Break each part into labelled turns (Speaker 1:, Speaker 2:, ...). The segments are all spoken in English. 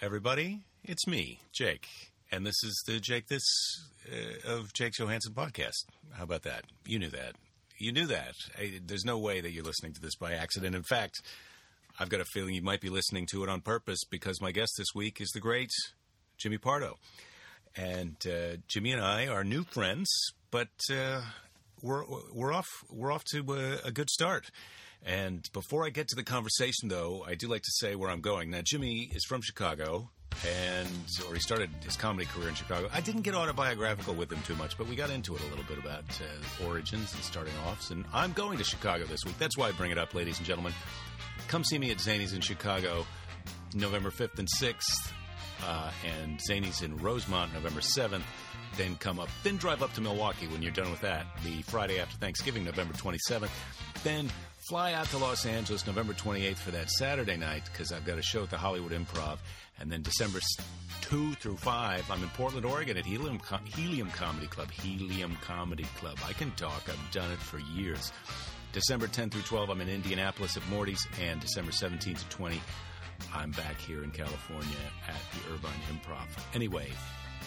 Speaker 1: everybody. It's me, Jake, and this is the Jake this uh, of Jake Johansson podcast. How about that? You knew that. You knew that. I, there's no way that you're listening to this by accident. In fact, I've got a feeling you might be listening to it on purpose because my guest this week is the great Jimmy Pardo, and uh, Jimmy and I are new friends, but uh, we're we're off we're off to uh, a, a good start. And before I get to the conversation, though, I do like to say where I'm going. Now, Jimmy is from Chicago, and or he started his comedy career in Chicago. I didn't get autobiographical with him too much, but we got into it a little bit about uh, origins and starting offs. And I'm going to Chicago this week. That's why I bring it up, ladies and gentlemen. Come see me at Zany's in Chicago, November 5th and 6th, uh, and Zany's in Rosemont, November 7th. Then come up, then drive up to Milwaukee when you're done with that, the Friday after Thanksgiving, November 27th. Then fly out to Los Angeles, November 28th for that Saturday night, because I've got a show at the Hollywood Improv. And then December s- 2 through 5, I'm in Portland, Oregon at Helium, Com- Helium Comedy Club. Helium Comedy Club. I can talk, I've done it for years. December 10 through 12, I'm in Indianapolis at Morty's, and December 17 to 20, I'm back here in California at the Irvine Improv. Anyway,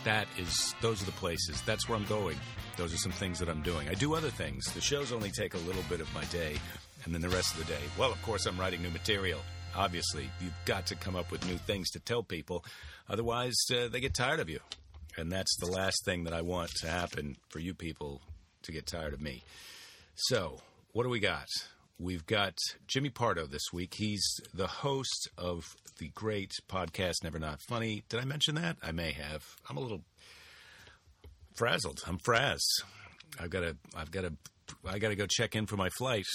Speaker 1: that is those are the places. That's where I'm going. Those are some things that I'm doing. I do other things. The shows only take a little bit of my day, and then the rest of the day. Well, of course, I'm writing new material. Obviously, you've got to come up with new things to tell people. Otherwise, uh, they get tired of you. And that's the last thing that I want to happen for you people to get tired of me. So, what do we got? We've got Jimmy Pardo this week. He's the host of the great podcast Never Not Funny. Did I mention that? I may have. I'm a little frazzled. I'm frazzed. I've got to. I've got to. I got to go check in for my flight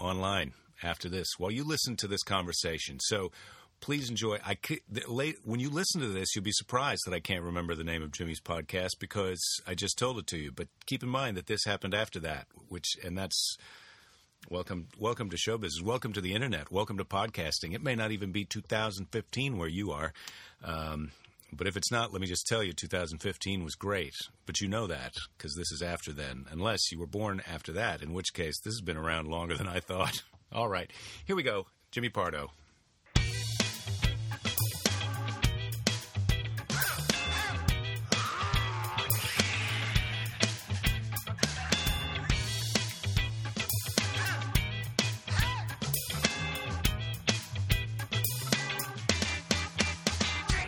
Speaker 1: online after this while you listen to this conversation. So please enjoy. I c- the- late when you listen to this, you'll be surprised that I can't remember the name of Jimmy's podcast because I just told it to you. But keep in mind that this happened after that, which and that's welcome. Welcome to show business. Welcome to the internet. Welcome to podcasting. It may not even be 2015 where you are. Um, but if it's not, let me just tell you, 2015 was great. But you know that because this is after then, unless you were born after that, in which case this has been around longer than I thought. All right, here we go. Jimmy Pardo.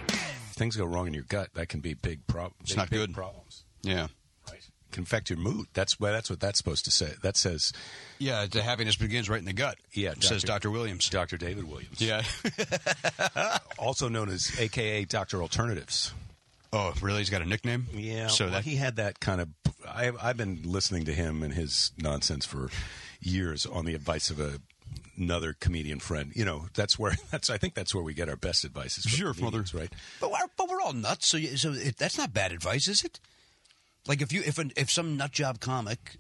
Speaker 1: If things go wrong in your gut, that can be big problem. It's
Speaker 2: not
Speaker 1: big
Speaker 2: good.
Speaker 1: Problems.
Speaker 2: Yeah.
Speaker 1: Right. Can affect your mood. That's why. That's what that's supposed to say. That says
Speaker 2: Yeah, the happiness begins right in the gut.
Speaker 1: Yeah,
Speaker 2: says
Speaker 1: Dr.
Speaker 2: Dr. Williams.
Speaker 1: Dr. David Williams,
Speaker 2: Yeah.
Speaker 1: also known as AKA Dr. Alternatives.
Speaker 2: oh, really? He's got a nickname?
Speaker 1: Yeah.
Speaker 2: So
Speaker 1: well,
Speaker 2: that
Speaker 1: he had that kind of. I, I've been listening to him and his nonsense for years on the advice of a, another comedian friend. You know, that's where that's. I think that's where we get our best advice. is from
Speaker 2: Sure, from
Speaker 1: comedians,
Speaker 2: other-
Speaker 1: right?
Speaker 2: But we're, but we're all nuts, so you, so it, that's not bad advice, is it? Like if you if an, if some nut job comic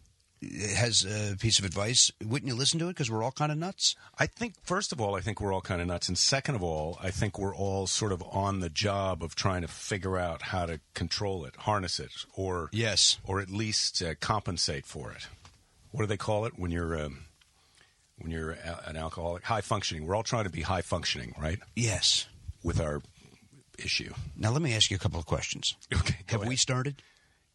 Speaker 2: has a piece of advice, wouldn't you listen to it because we're all kind of nuts?
Speaker 1: I think, first of all, I think we're all kind of nuts. And second of all, I think we're all sort of on the job of trying to figure out how to control it, harness it, or
Speaker 2: Yes.
Speaker 1: or at least uh, compensate for it. What do they call it when you're um, when you're a- an alcoholic? High functioning. We're all trying to be high functioning, right?
Speaker 2: Yes.
Speaker 1: With our issue.
Speaker 2: Now let me ask you a couple of questions.
Speaker 1: Okay. go
Speaker 2: Have
Speaker 1: ahead.
Speaker 2: we started?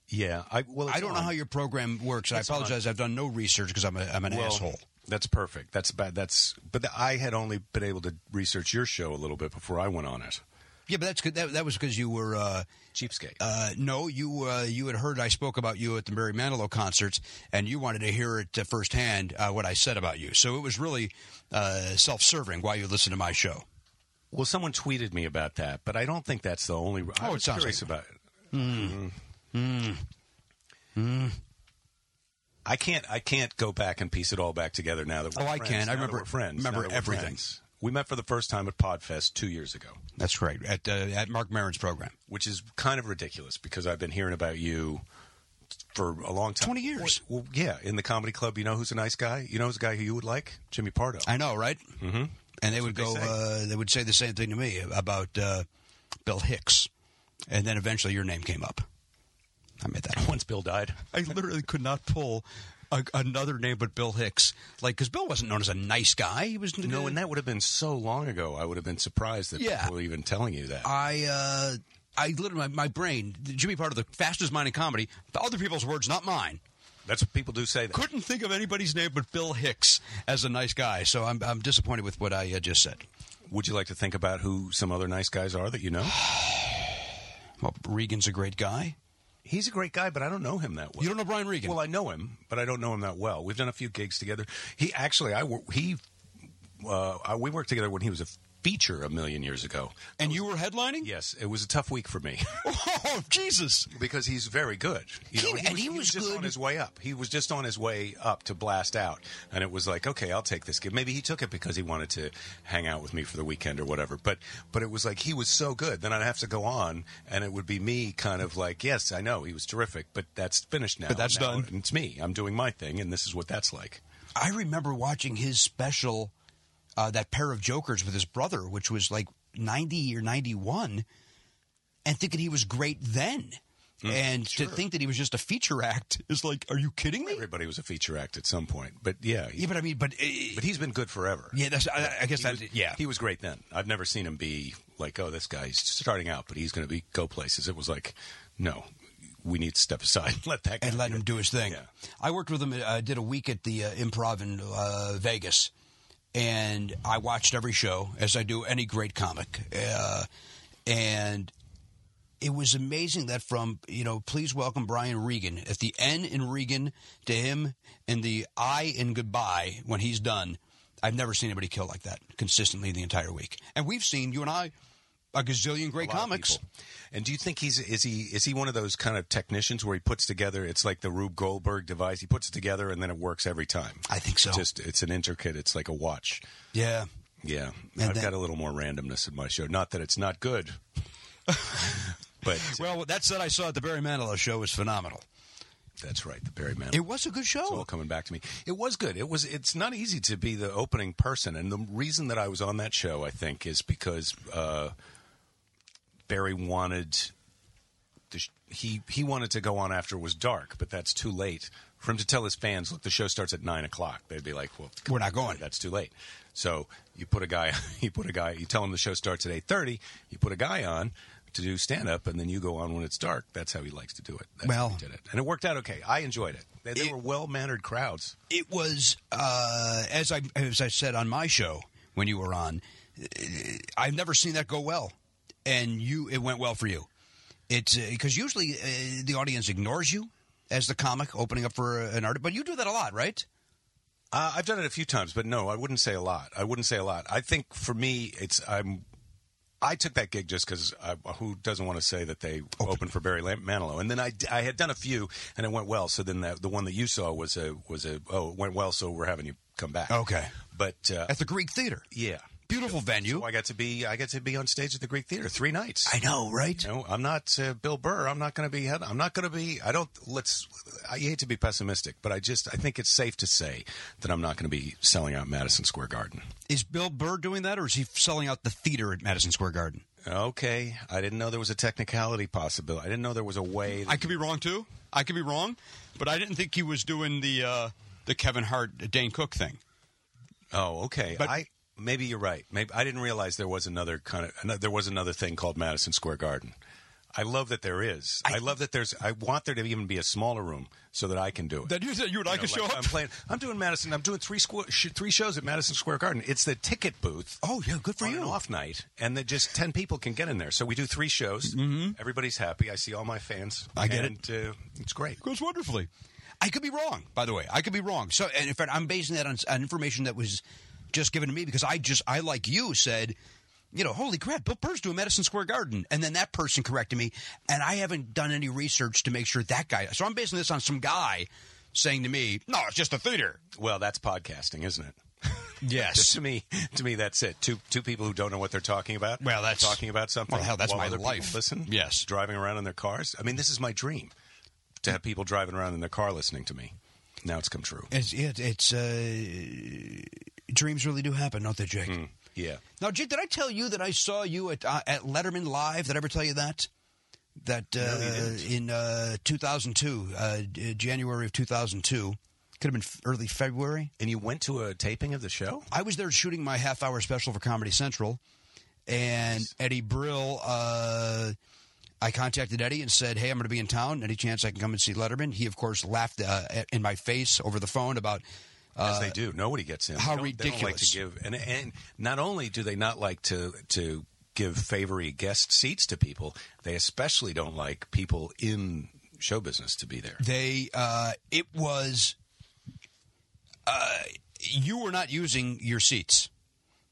Speaker 1: Yeah. I well, it's
Speaker 2: I don't know
Speaker 1: on.
Speaker 2: how your program works. I apologize. I've done no research because I'm a, I'm an
Speaker 1: Well,
Speaker 2: asshole.
Speaker 1: Oh, That's perfect. That's bad. That's but I had only been able to research your show a little bit before I went on it.
Speaker 2: Yeah, but that's good. That, that was because you were uh,
Speaker 1: Cheapskate.
Speaker 2: Uh, no, you uh, you had heard I spoke about you at the Mary Manilow concerts, and you wanted to hear it uh, firsthand uh, what I said about you. So it was really uh, self-serving why you listen to my show.
Speaker 1: Well, someone tweeted me about that, but I don't think that's the only. I
Speaker 2: Oh,
Speaker 1: was
Speaker 2: it sounds
Speaker 1: curious
Speaker 2: like- Hmm.
Speaker 1: about it. Hmm. I can't. I can't go back and piece it all back together now that. We're
Speaker 2: Oh, I
Speaker 1: friends,
Speaker 2: can.
Speaker 1: now
Speaker 2: I
Speaker 1: that
Speaker 2: remember-
Speaker 1: we're friends. now
Speaker 2: remember
Speaker 1: that we're
Speaker 2: everything.
Speaker 1: friends. We met for the first time at Podfest two years ago,
Speaker 2: That's right at uh, at Mark Maron's program.
Speaker 1: which is kind of ridiculous because I've been hearing about you for a long time
Speaker 2: 20 years.
Speaker 1: Well, well, yeah, in the comedy club, you know who's a nice guy? You know who's a guy who you would like? Jimmy Pardo.
Speaker 2: I know, right? Mm-hmm. And they would
Speaker 1: what
Speaker 2: go.
Speaker 1: they
Speaker 2: uh, they would say the same thing to me about uh, Bill Hicks, and then eventually your name came up. I made that.
Speaker 1: Once Bill died.
Speaker 2: I literally could not pull a, another name but Bill Hicks. Like, because Bill wasn't known as a nice guy. He was
Speaker 3: No, and that would have been so long ago. I would have been surprised that
Speaker 2: Yeah.
Speaker 3: people were even telling you that.
Speaker 2: I uh, I literally my, my brain Jimmy Pardo, the fastest mind in comedy. The other people's words, not mine.
Speaker 3: That's what people do say. That.
Speaker 2: Couldn't think of anybody's name but Bill Hicks as a nice guy. So I'm I'm disappointed with what I uh, just said.
Speaker 3: Would you like to think about who some other nice guys are that you know?
Speaker 2: Well, Regan's a great guy.
Speaker 3: He's a great guy, but I don't know him that well.
Speaker 2: You don't know Brian Regan.
Speaker 3: Well, I know him, but I don't know him that well. We've done a few gigs together. He actually, I wor- he, uh, I- we worked together when he was a feature a million years ago.
Speaker 2: and you were headlining.
Speaker 3: Yes, it was a tough week for me
Speaker 2: Oh Jesus!
Speaker 3: because he's very good. You
Speaker 2: He-
Speaker 3: know,
Speaker 2: and he was
Speaker 3: just
Speaker 2: good.
Speaker 3: on his way up. He was just on his way up to blast out, and it was like, okay, I'll take this gig. Maybe he took it because he wanted to hang out with me for the weekend or whatever. But but it was like he was so good. Then I'd have to go on, and it would be me kind of like, yes, I know he was terrific, but that's finished now.
Speaker 2: But that's
Speaker 3: Now
Speaker 2: done.
Speaker 3: It's me. I'm doing my thing, and this is what that's like.
Speaker 2: I remember watching his special, uh, that pair of jokers with his brother, which was like 90 or 91, and thinking he was great then.
Speaker 3: Hmm,
Speaker 2: and to think that he was just a feature act is like, are you kidding me?
Speaker 3: Everybody was a feature act at some point, but yeah, he-
Speaker 2: Yeah, but I mean, but, uh,
Speaker 3: but he's been good forever.
Speaker 2: yeah, that's, I, I guess
Speaker 3: He
Speaker 2: that,
Speaker 3: was,
Speaker 2: yeah.
Speaker 3: he was great then. I've never seen him be like, oh, this guy's starting out, but he's going to be go places. It was like, no, we need to step aside, and let that guy
Speaker 2: and let
Speaker 3: do
Speaker 2: him
Speaker 3: it.
Speaker 2: do his thing.
Speaker 3: Yeah.
Speaker 2: I worked with him. I did a week at the uh, Improv in uh, Vegas, and I watched every show as I do any great comic, uh, and it was amazing that from you know, please welcome Brian Regan at the N in Regan to him and the I in goodbye when he's done. I've never seen anybody kill like that consistently the entire week, and we've seen you and I a gazillion great
Speaker 3: A lot of
Speaker 2: comics.
Speaker 3: people. And do you think he's is he is he one of those kind of technicians where he puts together? It's like the Rube Goldberg device. He puts it together and then it works every time.
Speaker 2: I think so.
Speaker 3: Just it's an intricate. It's like a watch.
Speaker 2: yeah.
Speaker 3: Yeah,
Speaker 2: And
Speaker 3: I've
Speaker 2: then-
Speaker 3: got a little more randomness in my show. Not that it's not good, but
Speaker 2: Well, that said, I saw at the Barry Manilow show was phenomenal.
Speaker 3: that's right. The Barry Man.
Speaker 2: It was a good show.
Speaker 3: It's all coming back to me. It was good. It was. It's not easy to be the opening person, and the reason that I was on that show, I think, is because uh, Barry wanted the sh- he he wanted to go on after it was dark, but that's too late for him to tell his fans. Look, the show starts at nine o'clock. They'd be like, "Well,
Speaker 2: We're not going.
Speaker 3: That's too late." So you put a guy. You put a guy. You tell him the show starts at eight thirty. You put a guy on. To do stand up, and then you go on when it's dark. That's how he likes to do it. That's how
Speaker 2: Well-
Speaker 3: he did it, and it worked out okay. I enjoyed it. They, they
Speaker 2: It-
Speaker 3: were well mannered crowds.
Speaker 2: It was uh, as I as I said on my show when you were on. uh, I've never seen that go well, and you it went well for you. It's because usually uh, the audience ignores you as the comic opening up for an artist, but you do that a lot, right?
Speaker 3: Uh, I've done it a few times, but no, I wouldn't say a lot. I wouldn't say a lot. I think for me, it's I'm. I took that gig just because who doesn't want to say that they
Speaker 2: Oh.
Speaker 3: opened for Barry Lam- Manilow, and then I, d- I had done a few and it went well. So then that, the one that you saw was a was a oh it went well, so we're having you come back.
Speaker 2: Okay.
Speaker 3: but uh,
Speaker 2: At the Greek Theater,
Speaker 3: yeah,
Speaker 2: beautiful venue.
Speaker 3: so I got to be I got to be on stage at the Greek Theater three nights.
Speaker 2: I know, right?
Speaker 3: You know, I'm not uh, Bill Burr. I'm not going to be. head- I'm not going to be. I don't. Let's. I hate to be pessimistic, but I just. I think it's safe to say that I'm not going to be selling out Madison Square Garden.
Speaker 2: Is Bill Burr doing that, or is he selling out the theater at Madison Square Garden?
Speaker 3: Okay, I didn't know there was a technicality possibility. I didn't know there was a way. That,
Speaker 2: I could be wrong too. I could be wrong, but I didn't think he was doing the uh, the Kevin Hart Dane Cook thing.
Speaker 3: oh, okay.
Speaker 2: But-
Speaker 3: I maybe you're right. Maybe I didn't realize there was another kind of. ano- There was another thing called Madison Square Garden. I love that there is. I, love that there's. I want there to even be a smaller room so that I can do it.
Speaker 2: That you said you would like
Speaker 3: know,
Speaker 2: to show
Speaker 3: like,
Speaker 2: up.
Speaker 3: I'm playing. I'm doing Madison. I'm doing three squ- sh- three shows at Madison Square Garden. It's the ticket booth.
Speaker 2: Oh yeah, good
Speaker 3: on an off night, and that just ten people can get in there. So we do three shows. Everybody's happy. I see all my fans.
Speaker 2: Mm-hmm. I get
Speaker 3: and, it. Uh, it's great.
Speaker 2: Goes wonderfully. I could be wrong, by the way. I could be wrong. So, and in fact, I'm basing that on, on information that was just given to me because I just, I like you said, you know, holy crap, Bill Burr's doing Madison Square Garden, and then that person corrected me, and I haven't done any research to make sure that guy. So I'm basing this on some guy saying to me, "No, it's just a theater."
Speaker 3: Well, that's podcasting, isn't it?
Speaker 2: Yes.
Speaker 3: to me, to me, that's it. Two two people who don't know what they're talking about.
Speaker 2: Well, that's-
Speaker 3: talking about something.
Speaker 2: well, hell, that's
Speaker 3: while
Speaker 2: my
Speaker 3: other people
Speaker 2: life.
Speaker 3: Listen,
Speaker 2: Yes.
Speaker 3: driving around in their cars. I mean, this is my dream to have people driving around in their car listening to me. Now it's come true.
Speaker 2: It's it, it's uh, dreams really do happen, don't they,
Speaker 3: Hmm.
Speaker 2: Jake?
Speaker 3: Yeah.
Speaker 2: Now, Jake, did I tell you that I saw you at uh, at Letterman Live? Did I ever tell you that? That uh, in uh, 2002, uh, d- January of 2002, could have been f- early February.
Speaker 3: And you went to a taping of the show?
Speaker 2: I was there shooting my half hour special for Comedy Central, and Eddie Brill. Uh, I contacted Eddie and said, "Hey, I'm going to be in town. Any chance I can come and see Letterman?" He, of course, laughed uh, at- in my face over the phone about.
Speaker 3: As they do. Nobody gets in.
Speaker 2: Uh, how
Speaker 3: They don't-
Speaker 2: ridiculous.
Speaker 3: They don't like to give, and and not only do they not like to to give favory guest seats to people, they especially don't like people in show business to be there.
Speaker 2: They, uh, it was, uh, you were not using your seats,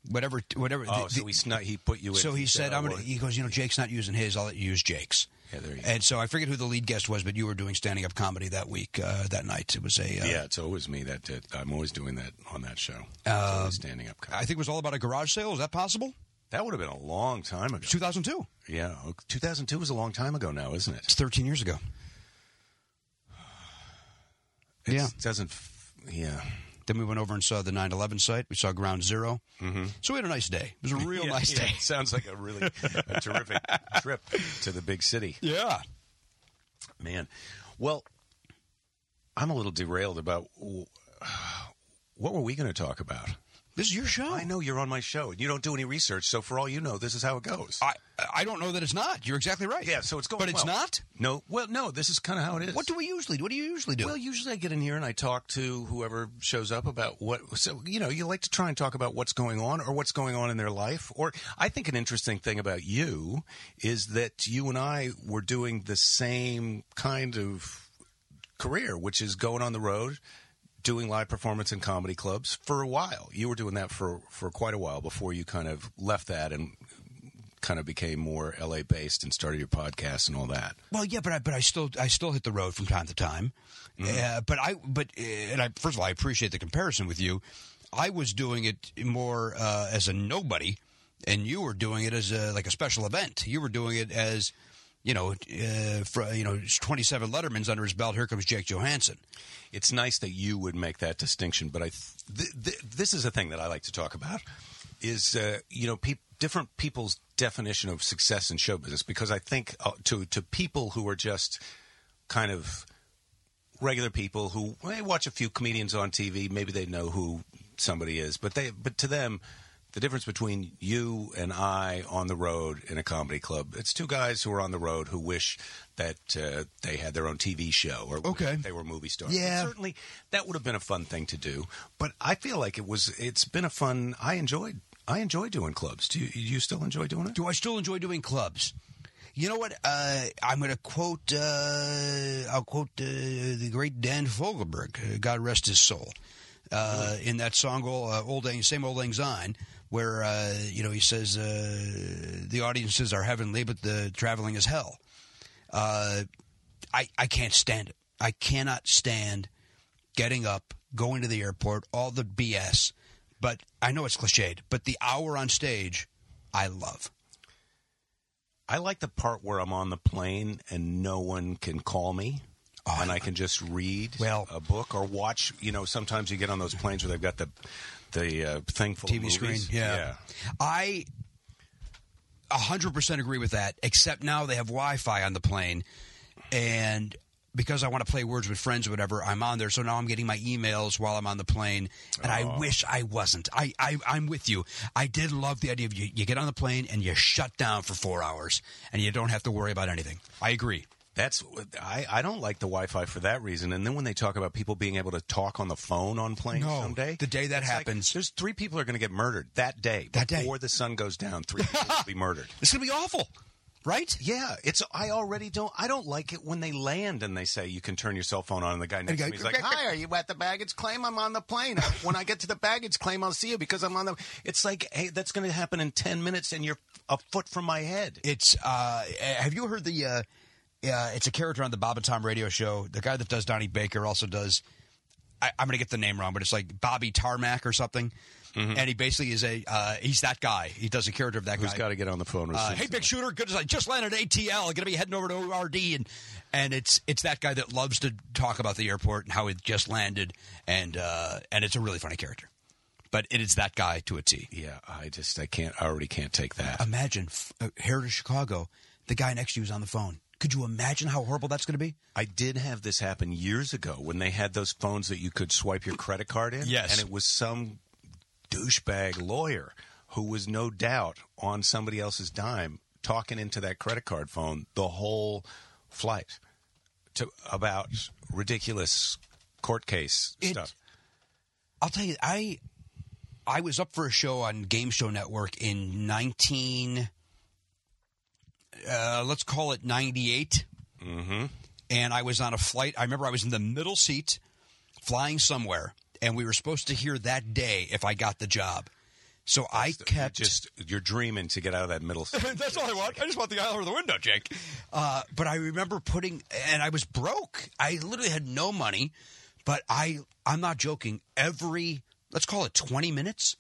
Speaker 2: whatever, whatever.
Speaker 3: Oh,
Speaker 2: the-
Speaker 3: so
Speaker 2: the-
Speaker 3: he snuck, he put you in.
Speaker 2: so he said,
Speaker 3: "Oh,
Speaker 2: "I'm gonna."
Speaker 3: well,
Speaker 2: He goes, "You know, Jake's not using his. I'll let you use Jake's."
Speaker 3: Yeah, there you go.
Speaker 2: and so I forget who the lead guest was, but you were doing standing up comedy that week, uh, that night. It was a, uh,
Speaker 3: Yeah, it's always me that did. I'm always doing that on that show. It's always standing up.
Speaker 2: Um, I
Speaker 3: comedy.
Speaker 2: think it was all about a garage sale. Is that possible?
Speaker 3: that would have been a long time ago.
Speaker 2: 2002.
Speaker 3: Yeah, o- 2002 was a long time ago now, isn't it?
Speaker 2: It's 13 years ago.
Speaker 3: It
Speaker 2: Yeah.
Speaker 3: doesn't. f- Yeah,
Speaker 2: Then we went over and saw the 9/11 site. We saw Ground 0 Mm-hmm. So we had a nice day. It was a real
Speaker 3: Yeah,
Speaker 2: nice
Speaker 3: yeah,
Speaker 2: day.
Speaker 3: it sounds like a really a terrific trip to the big city.
Speaker 2: Yeah.
Speaker 3: Man, well, I'm a little derailed about w- what were we going to talk about.
Speaker 2: This is your show.
Speaker 3: I know you're on my show and you don't do any research, so for all you know, this is how it goes.
Speaker 2: I I don't know that it's not. You're exactly right.
Speaker 3: Uh, yeah, so it's going.
Speaker 2: But it's
Speaker 3: well.
Speaker 2: not.
Speaker 3: No, well, no, this is kind of how it is.
Speaker 2: What do we usually? do? What do you usually do?
Speaker 3: Well, usually I get in here and I talk to whoever shows up about what. So you know, you like to try and talk about what's going on or what's going on in their life. Or I think an interesting thing about you is that you and I were doing the same kind of career, which is going on the road. Doing live performance in comedy clubs for a while. You were doing that for, for quite a while before you kind of left that and kind of became more LA based and started your podcast and all that.
Speaker 2: Well, yeah, but I but I still I still hit the road from time to time. Uh, but I but uh, and I first of all I appreciate the comparison with you. I was doing it more uh, as a nobody, and you were doing it as a like a special event. You were doing it as you know uh, fr you know twenty seven Letterman's under his belt. Here comes Jake Johansson.
Speaker 3: it's nice that you would make that distinction, but I th- th- this is a thing that I like to talk about is uh, you know peop different people's definition of success in show business because I think uh, to to people who are just kind of regular people who they watch a few comedians on TV, maybe they know who somebody is, but they but to them the difference between you and I on the road in a comedy club, it's two guys who are on the road who wish that uh, they had their own TV show or
Speaker 2: Okay.
Speaker 3: they were movie stars.
Speaker 2: Yeah.
Speaker 3: But certainly that would have been a fun thing to do. But I feel like it was. It's been a fun. I enjoyed. I enjoy doing clubs. Do you, you still enjoy doing it?
Speaker 2: Do I still enjoy doing clubs? You know what? Uh, I'm going to quote. Uh, I'll quote uh, the great Dan Fogelberg. uh, God rest his soul. Uh, in that song, ol- uh, "Old Lang, Same Old Lang Syne," where uh, you know he says uh, the audiences are heavenly, but the traveling is hell. Uh, I I can't stand it. I cannot stand getting up, going to the airport, all the BS. But I know it's cliched. But the hour on stage, I love.
Speaker 3: I like the part where I'm on the plane and no one can call me.
Speaker 2: Oh,
Speaker 3: and I can just read
Speaker 2: Well-
Speaker 3: a book or watch. You know, sometimes you get on those planes where they've got the the uh, thing full of
Speaker 2: TV screen.
Speaker 3: movies.
Speaker 2: Yeah. I 100% agree with that, except now they have Wi Fi on the plane. And because I want to play Words with Friends or whatever, I'm on there. So now I'm getting my emails while I'm on the plane. And I wish I wasn't. I, I, I'm with you. I did love the idea of you, you get on the plane and you shut down for four hours and you don't have to worry about anything. I agree.
Speaker 3: That's what- I, I don't like the Wi-Fi for that reason. And then when they talk about people being able to talk on the phone on planes
Speaker 2: No,
Speaker 3: someday,
Speaker 2: the day that
Speaker 3: it's like,
Speaker 2: happens-
Speaker 3: there's three people are going to get murdered that day.
Speaker 2: That day.
Speaker 3: before the sun goes down, three people will be murdered.
Speaker 2: It's going to be awful, right?
Speaker 3: Yeah, it's. I already don't. I don't like it when they land and they say you can turn your cell phone on, and the guy next
Speaker 2: the
Speaker 3: to
Speaker 2: guy-
Speaker 3: me is like, "Hi, are you at the baggage claim? I'm on the plane. when I get to the baggage claim, I'll see you because I'm on the." It's like, hey, that's going to happen in ten minutes, and you're a foot from my head.
Speaker 2: It's uh, have you heard the? Uh, uh, it's a character on the Bob and Tom radio show. The guy that does Donnie Baker also does. I, I'm going to get the name wrong, but it's like Bobby Tarmac or something. And he basically is a uh, he's that guy. He does a character of that
Speaker 3: Who's
Speaker 2: guy.
Speaker 3: got to get on the phone?
Speaker 2: Uh, hey, big shooter! Good as I just landed at ATL. Going to be heading over to ORD, and and it's it's that guy that loves to talk about the airport and how it just landed, and uh, and it's a really funny character. But it is that guy to a T.
Speaker 3: yeah, I just I can't. I already can't take that.
Speaker 2: Imagine f- uh, here to Chicago, the guy next to you is on the phone. Could you imagine how horrible that's going to be?
Speaker 3: I did have this happen years ago when they had those phones that you could swipe your credit card in.
Speaker 4: Yes.
Speaker 3: And it was some douchebag lawyer who was no doubt on somebody else's dime talking into that credit card phone the whole flight to about ridiculous court case
Speaker 2: It-
Speaker 3: stuff.
Speaker 2: I'll tell you, I I was up for a show on Game Show Network in nineteen, uh, let's call it ninety and I was on a flight. I remember I was in the middle seat, flying somewhere, and we were supposed to hear that day if I got the job. So I kept
Speaker 3: Just you're dreaming to get out of that middle seat.
Speaker 2: That's all I want. I just want the aisle over the window, Jake. Uh, but I remember putting, and I was broke. I literally had no money. But I, I'm not joking. Every let's call it 20 minutes,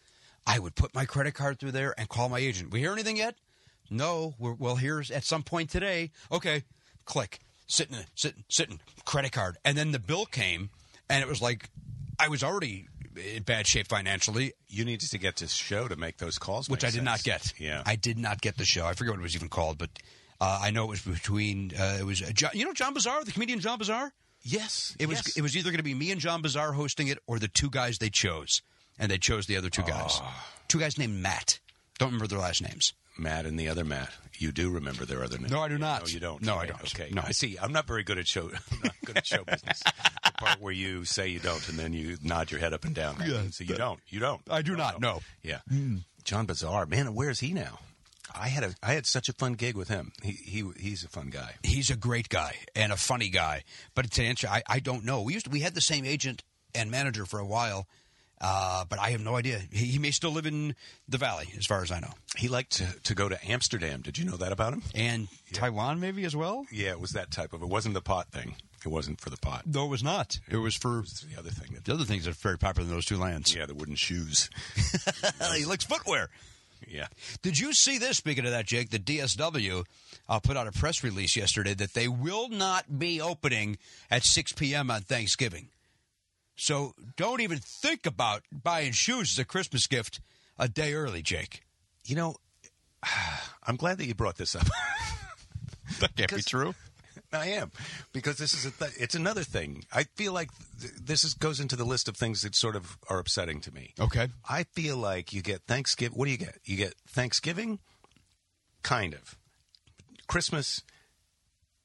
Speaker 2: I would put my credit card through there and call my agent. We hear anything yet? No. We're, well, here's at some point today. Okay, click. Sitting, sitting, sitting. Credit card, and then the bill came, and it was like I was already in bad shape financially,
Speaker 3: You needed to get to show to make those calls.
Speaker 2: which
Speaker 3: make
Speaker 2: I did not
Speaker 3: sense.
Speaker 2: get.
Speaker 3: Yeah.
Speaker 2: I did not get the show. I forget what it was even called, but uh, I know it was between uh, it was uh, John, you know John Bazaar, the comedian John Bazaar.
Speaker 3: yes.
Speaker 2: It was
Speaker 3: yes.
Speaker 2: it was either going to be me and John Bazaar hosting it, or the two guys they chose, and they chose the other two guys, two guys named Matt. Don't remember their last names.
Speaker 3: Matt and the other Matt. You do remember their other name?
Speaker 2: No, I do not.
Speaker 3: No, you don't.
Speaker 2: No, I
Speaker 3: Okay,
Speaker 2: don't.
Speaker 3: Okay,
Speaker 2: No.
Speaker 3: I see. I'm not very good at show. I'm not good at show business. the part where you say you don't and then you nod your head up and down.
Speaker 2: Yeah,
Speaker 3: so you don't. You don't.
Speaker 2: I do
Speaker 3: Don't
Speaker 2: not,
Speaker 3: know.
Speaker 2: no. Mm.
Speaker 3: Yeah. John Bazaar, man, where's he now? I had a I had such a fun gig with him. He he he's a fun guy.
Speaker 2: He's a great guy and a funny guy, but to answer, I, I don't know. We used to, we had the same agent and manager for a while, uh, but I have no idea. He, he may still live in the valley, as far as I know,
Speaker 3: He liked to, to go to Amsterdam. Did you know that about him?
Speaker 2: and Taiwan maybe as well.
Speaker 3: Yeah, it was that type of. It wasn't the pot thing. It wasn't for the pot.
Speaker 2: No, it was not. It was for
Speaker 3: It's the other thing. That,
Speaker 2: the other things that are very popular in those two lands.
Speaker 3: yeah, the wooden shoes.
Speaker 2: he likes footwear.
Speaker 3: Yeah.
Speaker 2: Did you see this? Speaking of that, Jake, the DSW uh, put out a press release yesterday that they will not be opening at 6 p.m. on Thanksgiving. So don't even think about buying shoes as a Christmas gift a day early, Jake.
Speaker 3: You know, I'm glad that you brought this up.
Speaker 4: That can't be
Speaker 3: Because-
Speaker 4: true.
Speaker 3: I am because this is a th- it's another thing. I feel like th- this is, goes into the list of things that sort of are upsetting to me.
Speaker 2: Okay.
Speaker 3: I feel like you get Thanksgiving. What do you get? You get Thanksgiving, kind of, Christmas,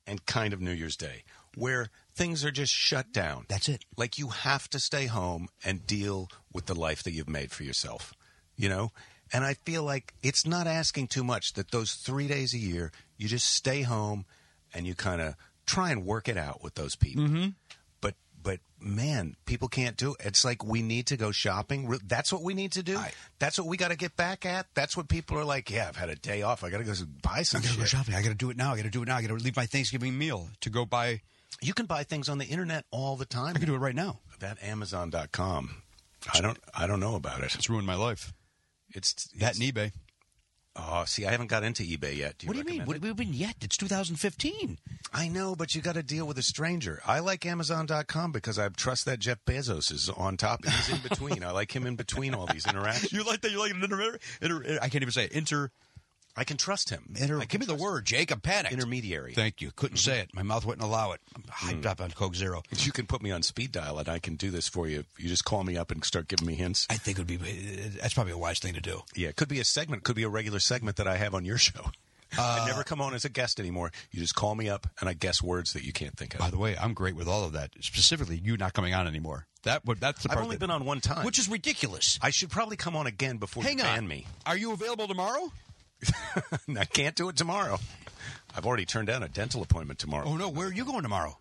Speaker 3: and kind of New Year's Day, where things are just shut down.
Speaker 2: That's it.
Speaker 3: Like you have to stay home and deal with the life that you've made for yourself, you know? And I feel like it's not asking too much that those three days a year, you just stay home and you kind of try and work it out with those people.
Speaker 2: Mm-hmm.
Speaker 3: But, but man, people can't do it. It's like we need to go shopping. Re- That's what we need to do. That's what we got to get back at. That's what people are like. Yeah, I've had a day off. I got to go s- buy some
Speaker 2: I gotta go
Speaker 3: shit.
Speaker 2: shopping. I gotta do it now. I gotta do it now. I gotta leave my Thanksgiving meal to go buy.
Speaker 3: You can buy things on the internet all the time.
Speaker 2: I can do it right now.
Speaker 3: that Amazon.com. I don't. I don't know about it.
Speaker 2: It's ruined my life.
Speaker 3: It's,
Speaker 2: That
Speaker 3: it's-
Speaker 2: and eBay.
Speaker 3: Oh, see, I haven't got into eBay yet. Do you
Speaker 2: What do you mean?
Speaker 3: recommend
Speaker 2: What
Speaker 3: it?
Speaker 2: have we been yet? It's 2015.
Speaker 3: I know, but you got to deal with a stranger. I like Amazon.com because I trust that Jeff Bezos is on top. He's in between. I like him in between all these interactions.
Speaker 2: You like that? You like an inter, inter- I can't even say it. inter.
Speaker 3: I can trust him.
Speaker 2: inter
Speaker 3: I can
Speaker 2: give me the
Speaker 3: trust
Speaker 2: word, Jake. I'm panicked.
Speaker 3: Intermediary.
Speaker 2: Thank you. Couldn't say it. My mouth wouldn't allow it. I'm hyped
Speaker 3: Mm-hmm.
Speaker 2: up on Coke Zero.
Speaker 3: You can put me on speed dial, and I can do this for you. You just call me up and start giving me hints.
Speaker 2: I think it would be. That's probably a wise thing to do.
Speaker 3: Yeah, it could be a segment, could be a regular segment that I have on your show. I
Speaker 2: Uh,
Speaker 3: never come on as a guest anymore. You just call me up, and I guess words that you can't think of.
Speaker 2: By the way, I'm great with all of that. Specifically, you not coming on anymore. That would. That's the
Speaker 3: I've
Speaker 2: part.
Speaker 3: only
Speaker 2: that-
Speaker 3: been on one time.
Speaker 2: which is ridiculous.
Speaker 3: I should probably come on again before
Speaker 2: Hang
Speaker 3: you
Speaker 2: on.
Speaker 3: ban me.
Speaker 2: Are you available tomorrow?
Speaker 3: I can't do it tomorrow. I've already turned down a dental appointment tomorrow.
Speaker 2: Oh no, where are you going tomorrow?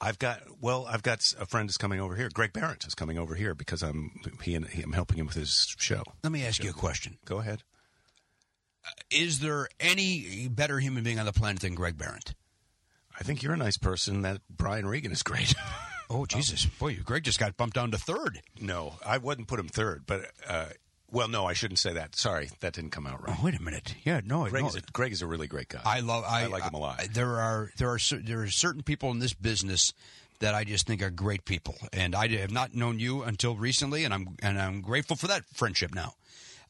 Speaker 3: I've got well, I've got s- a friend is coming over here. Greg Barrett is coming over here because I'm he and he, I'm helping him with his show.
Speaker 2: Let me ask you a question.
Speaker 3: Go ahead.
Speaker 2: Is there any better human being on the planet than Greg Barrett?
Speaker 3: I think you're a nice person. That Brian Regan is great.
Speaker 2: Oh Jesus, boy, Greg just got bumped down to third.
Speaker 3: no, I wouldn't put him third, but uh, well, no, I shouldn't say that. Sorry, that didn't come out right.
Speaker 2: Oh, wait a minute. Yeah, no,
Speaker 3: Greg,
Speaker 2: Oh, no.
Speaker 3: is a, Greg is a really great guy.
Speaker 2: I love. I,
Speaker 3: I like him a lot.
Speaker 2: I- there are there are cer- there are certain people in this business that I just think are great people, and I have not known you until recently, and I'm and I'm grateful for that friendship now.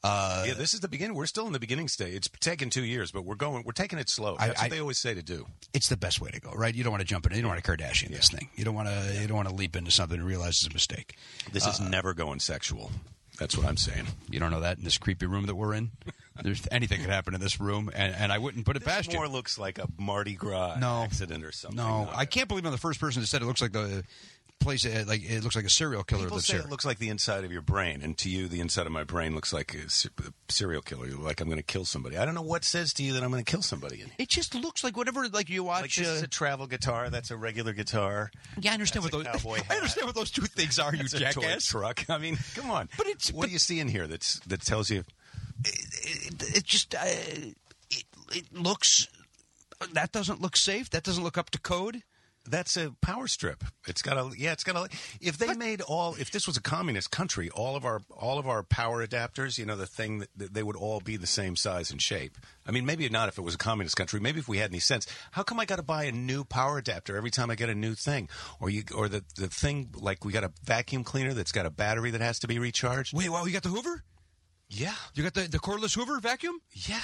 Speaker 2: Uh,
Speaker 3: yeah, this is the beginning. We're still in the beginning stage. It's taken two years, but we're going. We're taking it slow.
Speaker 2: I-
Speaker 3: That's what
Speaker 2: I-
Speaker 3: they always say to do.
Speaker 2: it's the best way to go, right? You don't want to jump in. You don't want to Kardashian this thing. You don't want to. You don't want to leap into something and realize it's a mistake.
Speaker 3: This is never going sexual. That's what I'm saying.
Speaker 2: You don't know that in this creepy room that we're in. There's anything could happen in this room, and, and I wouldn't put it
Speaker 3: This
Speaker 2: past you.
Speaker 3: more looks like a Mardi Gras
Speaker 2: No.
Speaker 3: accident or something.
Speaker 2: No, I can't believe I'm the first person that said it looks like the place. uh, Like it looks like a serial killer
Speaker 3: People
Speaker 2: lives
Speaker 3: say
Speaker 2: here.
Speaker 3: it looks like the inside of your brain, and to you, the inside of my brain looks like a se- a serial killer. You're Like I'm going to kill somebody. I don't know what says to you that I'm going to kill somebody.
Speaker 2: it just looks like whatever. Like you watch.
Speaker 3: Like this
Speaker 2: uh,
Speaker 3: is a travel guitar. That's a regular guitar.
Speaker 2: yeah, I understand
Speaker 3: that's
Speaker 2: what
Speaker 3: a
Speaker 2: those.
Speaker 3: cowboy
Speaker 2: I
Speaker 3: hat.
Speaker 2: understand what those two things are. You
Speaker 3: It's a toy
Speaker 2: jackass.
Speaker 3: truck. I mean, come on.
Speaker 2: But it's-
Speaker 3: what do you see in here that's that tells you?
Speaker 2: it, it just uh, it, it looks that doesn't look safe. That doesn't look up to code.
Speaker 3: That's a power strip. It's got a yeah. It's got a. If they made all, if this was a communist country, all of our all of our power adapters, you know, the thing that, that they would all be the same size and shape. I mean, maybe not if it was a communist country. Maybe if we had any sense. How come I got to buy a new power adapter every time I get a new thing? Or you or the the thing like we got a vacuum cleaner that's got a battery that has to be recharged.
Speaker 2: Wait, wow, you got the Hoover?
Speaker 3: Yeah,
Speaker 2: You got the, the cordless Hoover vacuum?
Speaker 3: yeah.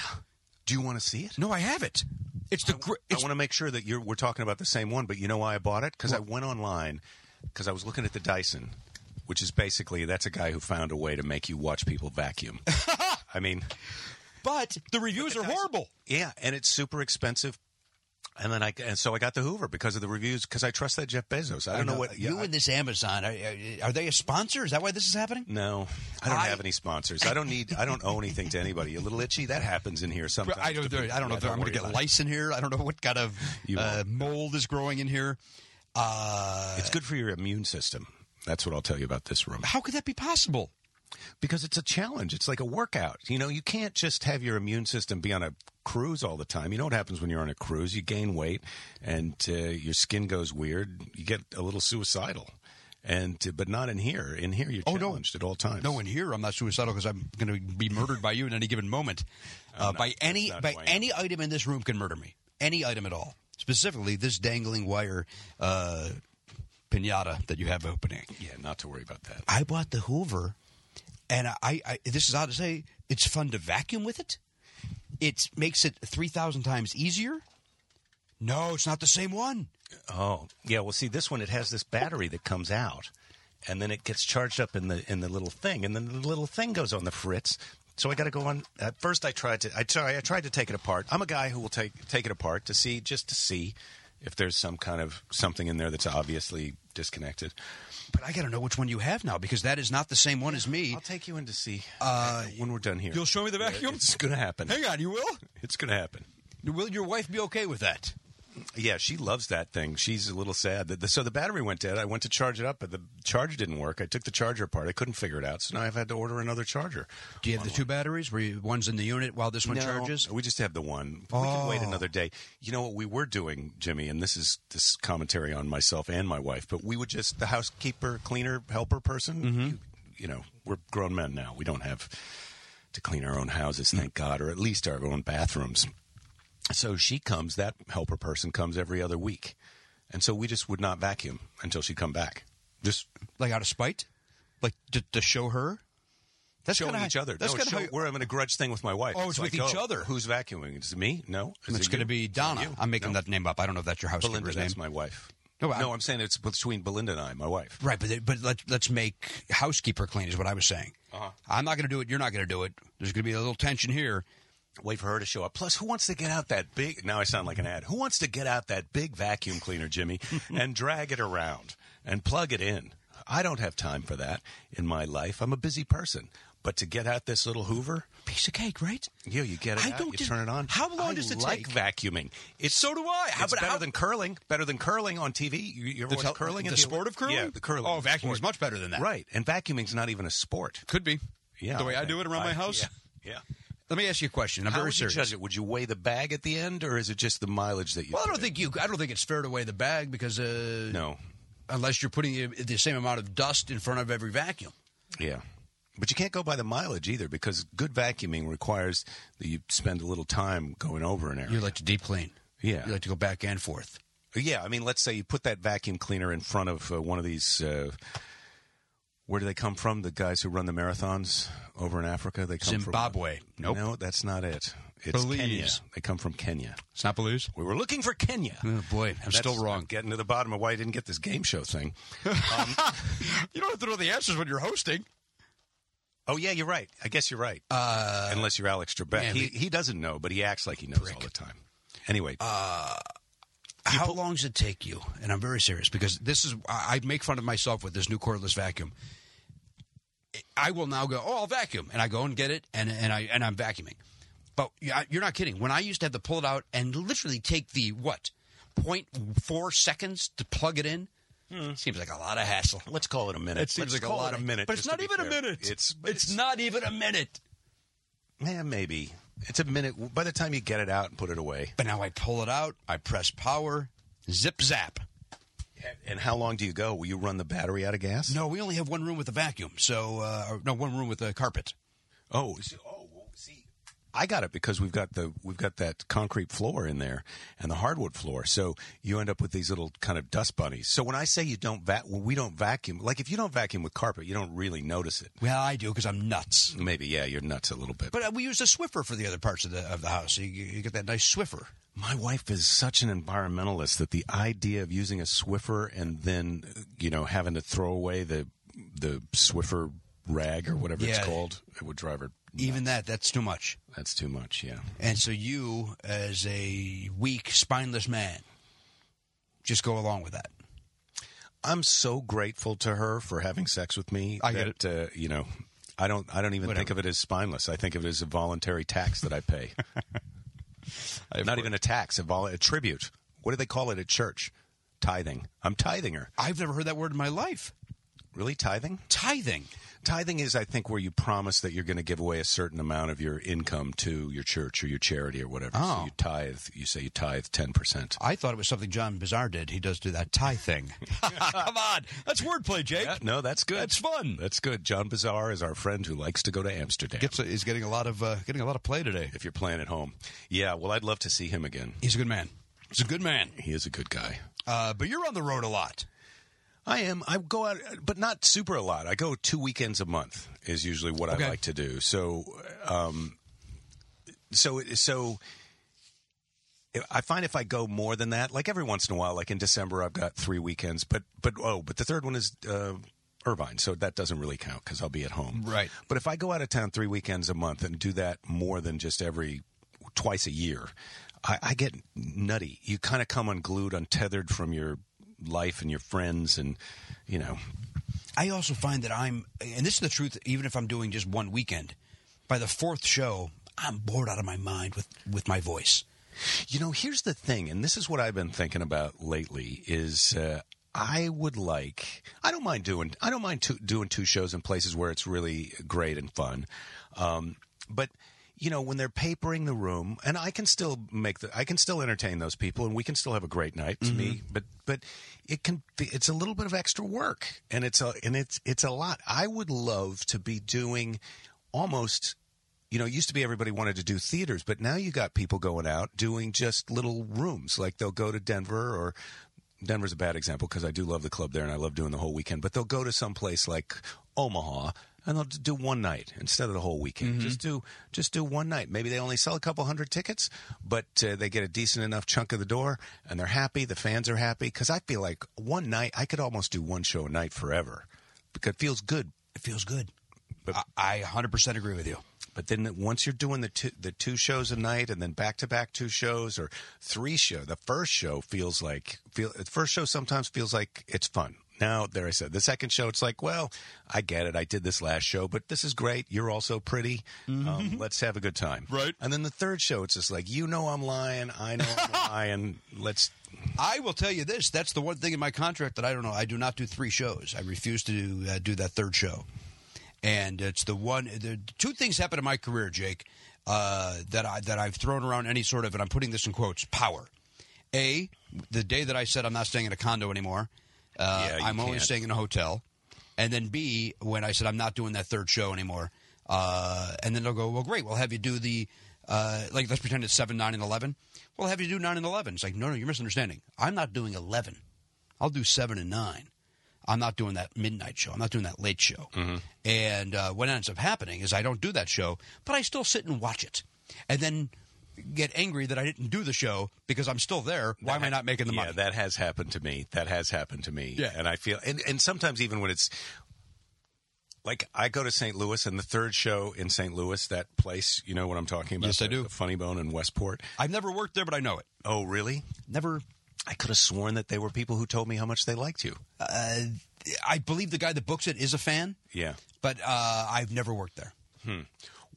Speaker 3: Do you want to see it?
Speaker 2: No, I have it. It's the gr-
Speaker 3: I
Speaker 2: it's,
Speaker 3: want to make sure that you're we're talking about the same one, but you know why I bought it? Because I went online because I was looking at the Dyson, which is basically that's a guy who found a way to make you watch people vacuum. I mean,
Speaker 2: but the reviews are horrible.
Speaker 3: yeah, and it's super expensive. And then I and so I got the Hoover because of the reviews because I trust that Jeff Bezos. I don't know, what yeah,
Speaker 2: you
Speaker 3: I-
Speaker 2: and this Amazon are, are they a sponsor? Is that why this is happening?
Speaker 3: no, I don't
Speaker 2: I-
Speaker 3: have any sponsors. I don't need. I don't owe anything to anybody. A little itchy that happens in here sometimes.
Speaker 2: I don't. I don't know. if
Speaker 3: Yeah,
Speaker 2: I'm going
Speaker 3: worry
Speaker 2: to get
Speaker 3: about it.
Speaker 2: lice in here. I don't know what kind of
Speaker 3: You
Speaker 2: uh,
Speaker 3: won't.
Speaker 2: mold is growing in here. Uh,
Speaker 3: It's good for your immune system. That's what I'll tell you about this room.
Speaker 2: how could that be possible?
Speaker 3: because it's a challenge. It's like a workout. You know, you can't just have your immune system be on a cruise all the time. You know what happens when you're on a cruise? You gain weight, and uh, your skin goes weird. You get a little suicidal, and uh, but not in here. In here, you're
Speaker 2: Oh, no.
Speaker 3: challenged at all times.
Speaker 2: No, in here I'm not suicidal because I'm going to be murdered by you at any given moment. Uh, by any
Speaker 3: not
Speaker 2: by
Speaker 3: Dwayne.
Speaker 2: any item in this room can murder me. Any item at all. Specifically, this dangling wire uh, pinata that you have opening.
Speaker 3: yeah, not to worry about that.
Speaker 2: I bought the Hoover, and I, I this is odd to say. It's fun to vacuum with it. It makes it three thousand times easier. No, it's not the same one.
Speaker 3: Oh, yeah. Well, see, this one it has this battery that comes out, and then it gets charged up in the in the little thing, and then the little thing goes on the fritz. So I got to go on. At first, I tried to I try I tried to take it apart. I'm a guy who will take take it apart to see just to see if there's some kind of something in there that's obviously disconnected.
Speaker 2: But I got to know which one you have now because that is not the same one as me.
Speaker 3: I'll take you in to see uh, when we're done here.
Speaker 2: You'll show me the vacuum?
Speaker 3: It's gonna happen.
Speaker 2: Hang on, you will.
Speaker 3: It's gonna happen.
Speaker 2: Will your wife be okay with that?
Speaker 3: Yeah, she loves that thing. She's a little sad that the, so the battery went dead. I went to charge it up, but the charge didn't work. I took the charger apart. I couldn't figure it out, so now I've had to order another charger.
Speaker 2: Do you have the two batteries? Where you, one's in the unit while this one charges? Oh.
Speaker 3: We just have the one. We can wait another day. You know what we were doing, Jimmy, and this is this commentary on myself and my wife, but we would just the housekeeper, cleaner, helper person.
Speaker 2: Mm-hmm.
Speaker 3: You, you know, we're grown men now. We don't have to clean our own houses,
Speaker 2: Mm.
Speaker 3: thank God, or at least our own bathrooms. So she comes. That helper person comes every other week, and so we just would not vacuum until she'd come back. Just
Speaker 2: Like out of spite? Like to, to show her? That's
Speaker 3: showing
Speaker 2: kinda
Speaker 3: each
Speaker 2: how-
Speaker 3: other.
Speaker 2: That's
Speaker 3: no,
Speaker 2: kinda
Speaker 3: show,
Speaker 2: how you-
Speaker 3: we're having a grudge thing with my wife.
Speaker 2: Oh, it's with each other.
Speaker 3: Who's vacuuming? Is it me? No, Is
Speaker 2: it's
Speaker 3: it
Speaker 2: going to be
Speaker 3: you?
Speaker 2: Donna.
Speaker 3: you?
Speaker 2: I'm making
Speaker 3: No.
Speaker 2: that name up. I don't know if that's your housekeeper's
Speaker 3: Belinda,
Speaker 2: name.
Speaker 3: that's my wife.
Speaker 2: No,
Speaker 3: No,
Speaker 2: I-
Speaker 3: I'm, saying it's between Belinda and I, my wife.
Speaker 2: Right, but but let, let's make housekeeper clean is what I was saying. Uh-huh. I'm not going to do it. You're not going to do it. There's going to be a little tension here.
Speaker 3: Wait for her to show up. Plus, who wants to get out that big? Now I sound like an ad. Who wants to get out that big vacuum cleaner, Jimmy, and drag it around and plug it in? I don't have time for that in my life. I'm a busy person. But to get out this little Hoover,
Speaker 2: Piece of cake, right?
Speaker 3: yeah, you get it
Speaker 2: I
Speaker 3: out,
Speaker 2: don't
Speaker 3: you
Speaker 2: dis-
Speaker 3: turn it on.
Speaker 2: How long
Speaker 3: I
Speaker 2: does it
Speaker 3: like
Speaker 2: take?
Speaker 3: vacuuming. It's
Speaker 2: So do I. How
Speaker 3: it's
Speaker 2: about
Speaker 3: better
Speaker 2: how-
Speaker 3: than curling. Better than curling on TV. You, you ever watch
Speaker 2: tel-
Speaker 3: curling?
Speaker 2: the
Speaker 3: in
Speaker 2: sport of curling?
Speaker 3: Yeah, the curling.
Speaker 2: Oh, vacuum is much better than that.
Speaker 3: Right, and vacuuming's not even a sport.
Speaker 2: Could be.
Speaker 3: Yeah,
Speaker 2: The way I do it around my house.
Speaker 3: Yeah. yeah.
Speaker 2: Let me ask you a question. I'm
Speaker 3: How
Speaker 2: very
Speaker 3: would
Speaker 2: serious.
Speaker 3: you judge it? Would you weigh the bag at the end, or is it just the mileage that you?
Speaker 2: Well, I
Speaker 3: put
Speaker 2: don't
Speaker 3: in?
Speaker 2: think you. I don't think it's fair to weigh the bag because uh,
Speaker 3: No.
Speaker 2: unless you're putting i- the same amount of dust in front of every vacuum.
Speaker 3: Yeah. But you can't go by the mileage either, because good vacuuming requires that you spend a little time going over an area.
Speaker 2: You like to deep clean.
Speaker 3: Yeah.
Speaker 2: You like to go back and forth.
Speaker 3: Yeah, I mean, let's say you put that vacuum cleaner in front of uh, one of these. Uh, Where do they come from? The guys who run the marathons over in Africa? They come
Speaker 1: Zimbabwe.
Speaker 3: From,
Speaker 1: Nope.
Speaker 3: No, that's not it. It's
Speaker 1: Belize.
Speaker 3: Kenya. They come from Kenya.
Speaker 1: It's not Blues.
Speaker 3: We were looking for Kenya.
Speaker 1: Oh boy, I'm
Speaker 3: That's-
Speaker 1: still wrong.
Speaker 3: Getting to the bottom of why I didn't get this game show thing.
Speaker 1: You don't have to know the answers when you're hosting.
Speaker 3: Oh yeah, you're right. I guess you're right. Uh, Unless you're Alex Trebek,
Speaker 2: man,
Speaker 3: he
Speaker 2: we-
Speaker 3: he doesn't know, but he acts like he knows all the time. Anyway,
Speaker 2: How long does it take you? And I'm very serious because this is I I make fun of myself with this new cordless vacuum. I will now go, oh, I'll vacuum, and I go and get it, and and I and I'm vacuuming. But yeah, you're not kidding. When I used to have to pull it out and literally take the what 0.4 seconds to plug it in, seems like a lot of hassle.
Speaker 3: let's call it a minute.
Speaker 2: It seems
Speaker 3: Let's
Speaker 2: like a
Speaker 3: call
Speaker 2: lot
Speaker 3: it
Speaker 2: of-
Speaker 3: a minute,
Speaker 2: but it's
Speaker 3: just to
Speaker 2: not
Speaker 3: be
Speaker 2: even a
Speaker 3: fair.
Speaker 2: minute.
Speaker 3: It's
Speaker 2: It's not even a minute.
Speaker 3: yeah, maybe it's a minute. By the time you get it out and put it away,
Speaker 2: But now I pull it out, I press power, zip zap.
Speaker 3: and how long do you go? Will you run the battery out of gas?
Speaker 2: No, we only have one room with a vacuum, so uh, or, no one room with a carpet.
Speaker 3: Oh, see, oh, well, see, I got it because we've got the we've got that concrete floor in there and the hardwood floor, so you end up with these little kind of dust bunnies. So when I say you don't vac, when we don't vacuum, like if you don't vacuum with carpet, you don't really notice it.
Speaker 2: Well, I do because I'm nuts.
Speaker 3: Maybe yeah, you're nuts a little bit.
Speaker 2: But uh, we use a Swiffer for the other parts of the of the house. You, you get that nice Swiffer.
Speaker 3: My wife is such an environmentalist that the idea of using a Swiffer and then you know having to throw away the the Swiffer rag or whatever it's
Speaker 2: Yeah.
Speaker 3: called, it would drive her.
Speaker 2: Even that, that's too much.
Speaker 3: That's too much. Yeah.
Speaker 2: And so you, as a weak, spineless man, just go along with that.
Speaker 3: I'm so grateful to her for having sex with me.
Speaker 2: I get
Speaker 3: that, Uh, you know, I don't. I don't even think of it as spineless. I think of it as a voluntary tax that I pay. Not even a tax, a, vol- a tribute. What do they call it at church? Tithing. I'm tithing her.
Speaker 2: I've never heard that word in my life.
Speaker 3: Really, tithing?
Speaker 2: Tithing.
Speaker 3: Tithing is, I think, where you promise that you're going to give away a certain amount of your income to your church or your charity or whatever.
Speaker 2: Oh.
Speaker 3: So you tithe. You say you tithe ten percent.
Speaker 2: I thought it was something John Bizarre did. He does do that tie thing.
Speaker 1: Come on, that's wordplay, Jake.
Speaker 3: No, that's good.
Speaker 1: That's fun.
Speaker 3: That's good. John Bazaar is our friend who likes to go to Amsterdam.
Speaker 1: Gets he's getting a lot of uh, getting a lot of play today.
Speaker 3: if you're playing at home, yeah. Well, I'd love to see him again.
Speaker 2: He's a good man. He's a good man.
Speaker 3: He is a good guy.
Speaker 2: Uh, but you're on the road a lot.
Speaker 3: I am. I go out, but not super a lot. I go two weekends a month is usually what
Speaker 2: Okay.
Speaker 3: I like to do. So, um, so so. I find if I go more than that, like every once in a while, like in December, I've got three weekends. But but oh, but the third one is uh, Irvine, so that doesn't really count because I'll be at home.
Speaker 2: Right.
Speaker 3: But if I go out of town three weekends a month and do that more than just every twice a year, I, I get nutty. You kind of come unglued, untethered from your life and your friends, and you know,
Speaker 2: I also find that I'm, and this is the truth, even if I'm doing just one weekend, by the fourth show, I'm bored out of my mind with, with my voice.
Speaker 3: you know. Here's the thing, and this is what I've been thinking about lately: is uh, I would like. I don't mind doing. I don't mind two, doing two shows in places where it's really great and fun, um, but. You know, when they're papering the room, and I can still make the, I can still entertain those people, and we can still have a great night. To me, but but it can be, it's a little bit of extra work, and it's a and it's it's a lot. I would love to be doing almost you know, it used to be everybody wanted to do theaters, but now you got people going out doing just little rooms. Like they'll go to Denver or Denver's a bad example because I do love the club there and I love doing the whole weekend, but they'll go to some place like Omaha and they'll do one night instead of the whole weekend. Just do just do one night. Maybe they only sell a couple hundred tickets, but uh, they get a decent enough chunk of the door and they're happy. The fans are happy because I feel like one night I could almost do one show a night forever because it feels good
Speaker 2: It feels good.
Speaker 3: But-
Speaker 2: I, I 100% agree with you.
Speaker 3: But then once you're doing the two, the two shows a night and then back to back two shows or three show, the first show feels like feel the first show sometimes feels like it's fun. Now there I said the second show it's like well I get it I did this last show but this is great you're also pretty um, let's have a good time
Speaker 1: Right.
Speaker 3: and then the third show it's just like you know I'm lying I know I'm lying let's
Speaker 2: I will tell you this that's the one thing in my contract that I don't know. I do not do three shows, I refuse to do, uh, do that third show. And it's the one, the two things happened in my career, Jake, uh, that, I, that I've thrown around any sort of, and I'm putting this in quotes, power. A, the day that I said I'm not staying in a condo anymore, uh,
Speaker 3: Yeah, you
Speaker 2: I'm only
Speaker 3: can't.
Speaker 2: staying in a hotel. And then B, when I said I'm not doing that third show anymore, uh, and then they'll go, well, great, we'll have you do the, uh, like, let's pretend it's 7, 9, and 11. We'll have you do 9 and 11. It's like, no, no, you're misunderstanding. I'm not doing 11. I'll do 7 and 9. I'm not doing that midnight show. I'm not doing that late show.
Speaker 3: Mm-hmm.
Speaker 2: And uh, what ends up happening is I don't do that show, but I still sit and watch it, and then get angry that I didn't do the show because I'm still there. Why am I not making the money?
Speaker 3: Yeah, that has happened to me. That has happened to me.
Speaker 2: Yeah.
Speaker 3: And I feel, and, and sometimes even when it's like I go to St. Louis and the third show in St. Louis, that place, you know what I'm talking about?
Speaker 2: Yes, I
Speaker 3: The-
Speaker 2: do.
Speaker 3: the Funny Bone in Westport.
Speaker 2: I've never worked there, but I know it.
Speaker 3: Oh, really?
Speaker 2: Never.
Speaker 3: I could have sworn that they were people who told me how much they liked you.
Speaker 2: Uh, I believe the guy that books it is a fan,
Speaker 3: Yeah.
Speaker 2: but uh, I've never worked there.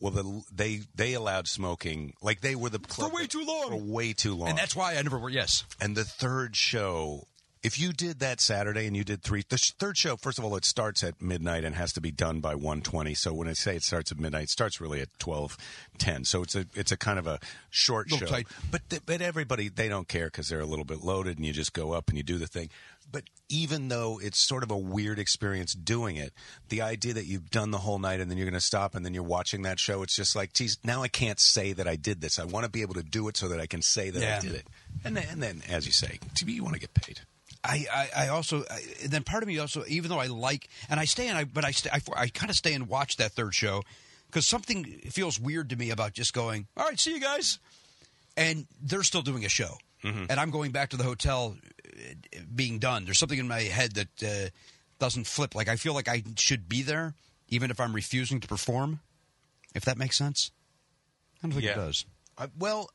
Speaker 3: Well, the, they they allowed smoking like they were the club
Speaker 2: way too long.
Speaker 3: for way too long.
Speaker 2: And that's why I never worked. Yes.
Speaker 3: and the third show if you did that saturday and you did three the sh- third show first of all it starts at midnight and has to be done by 1.20 so when i say it starts at midnight it starts really at 12.10 so it's a it's a kind of a short show
Speaker 2: Little tight.
Speaker 3: but th- but everybody they don't care because they're a little bit loaded and you just go up and you do the thing but even though it's sort of a weird experience doing it the idea that you've done the whole night and then you're going to stop and then you're watching that show it's just like geez now i can't say that i did this i want to be able to do it so that i can say that i
Speaker 2: Yeah.
Speaker 3: did it and then, and then, as you say, to me, you want to get paid.
Speaker 2: I, I, I also I, then part of me also even though I like and I stay and I but I stay, I, for- I kind of stay and watch that third show because something feels weird to me about just going all right see you guys and they're still doing a show
Speaker 3: Mm-hmm.
Speaker 2: and I'm going back to the hotel uh, being done there's something in my head that uh, doesn't flip like I feel like I should be there even if I'm refusing to perform if that makes sense I don't think
Speaker 3: Yeah.
Speaker 2: it does
Speaker 3: I, well,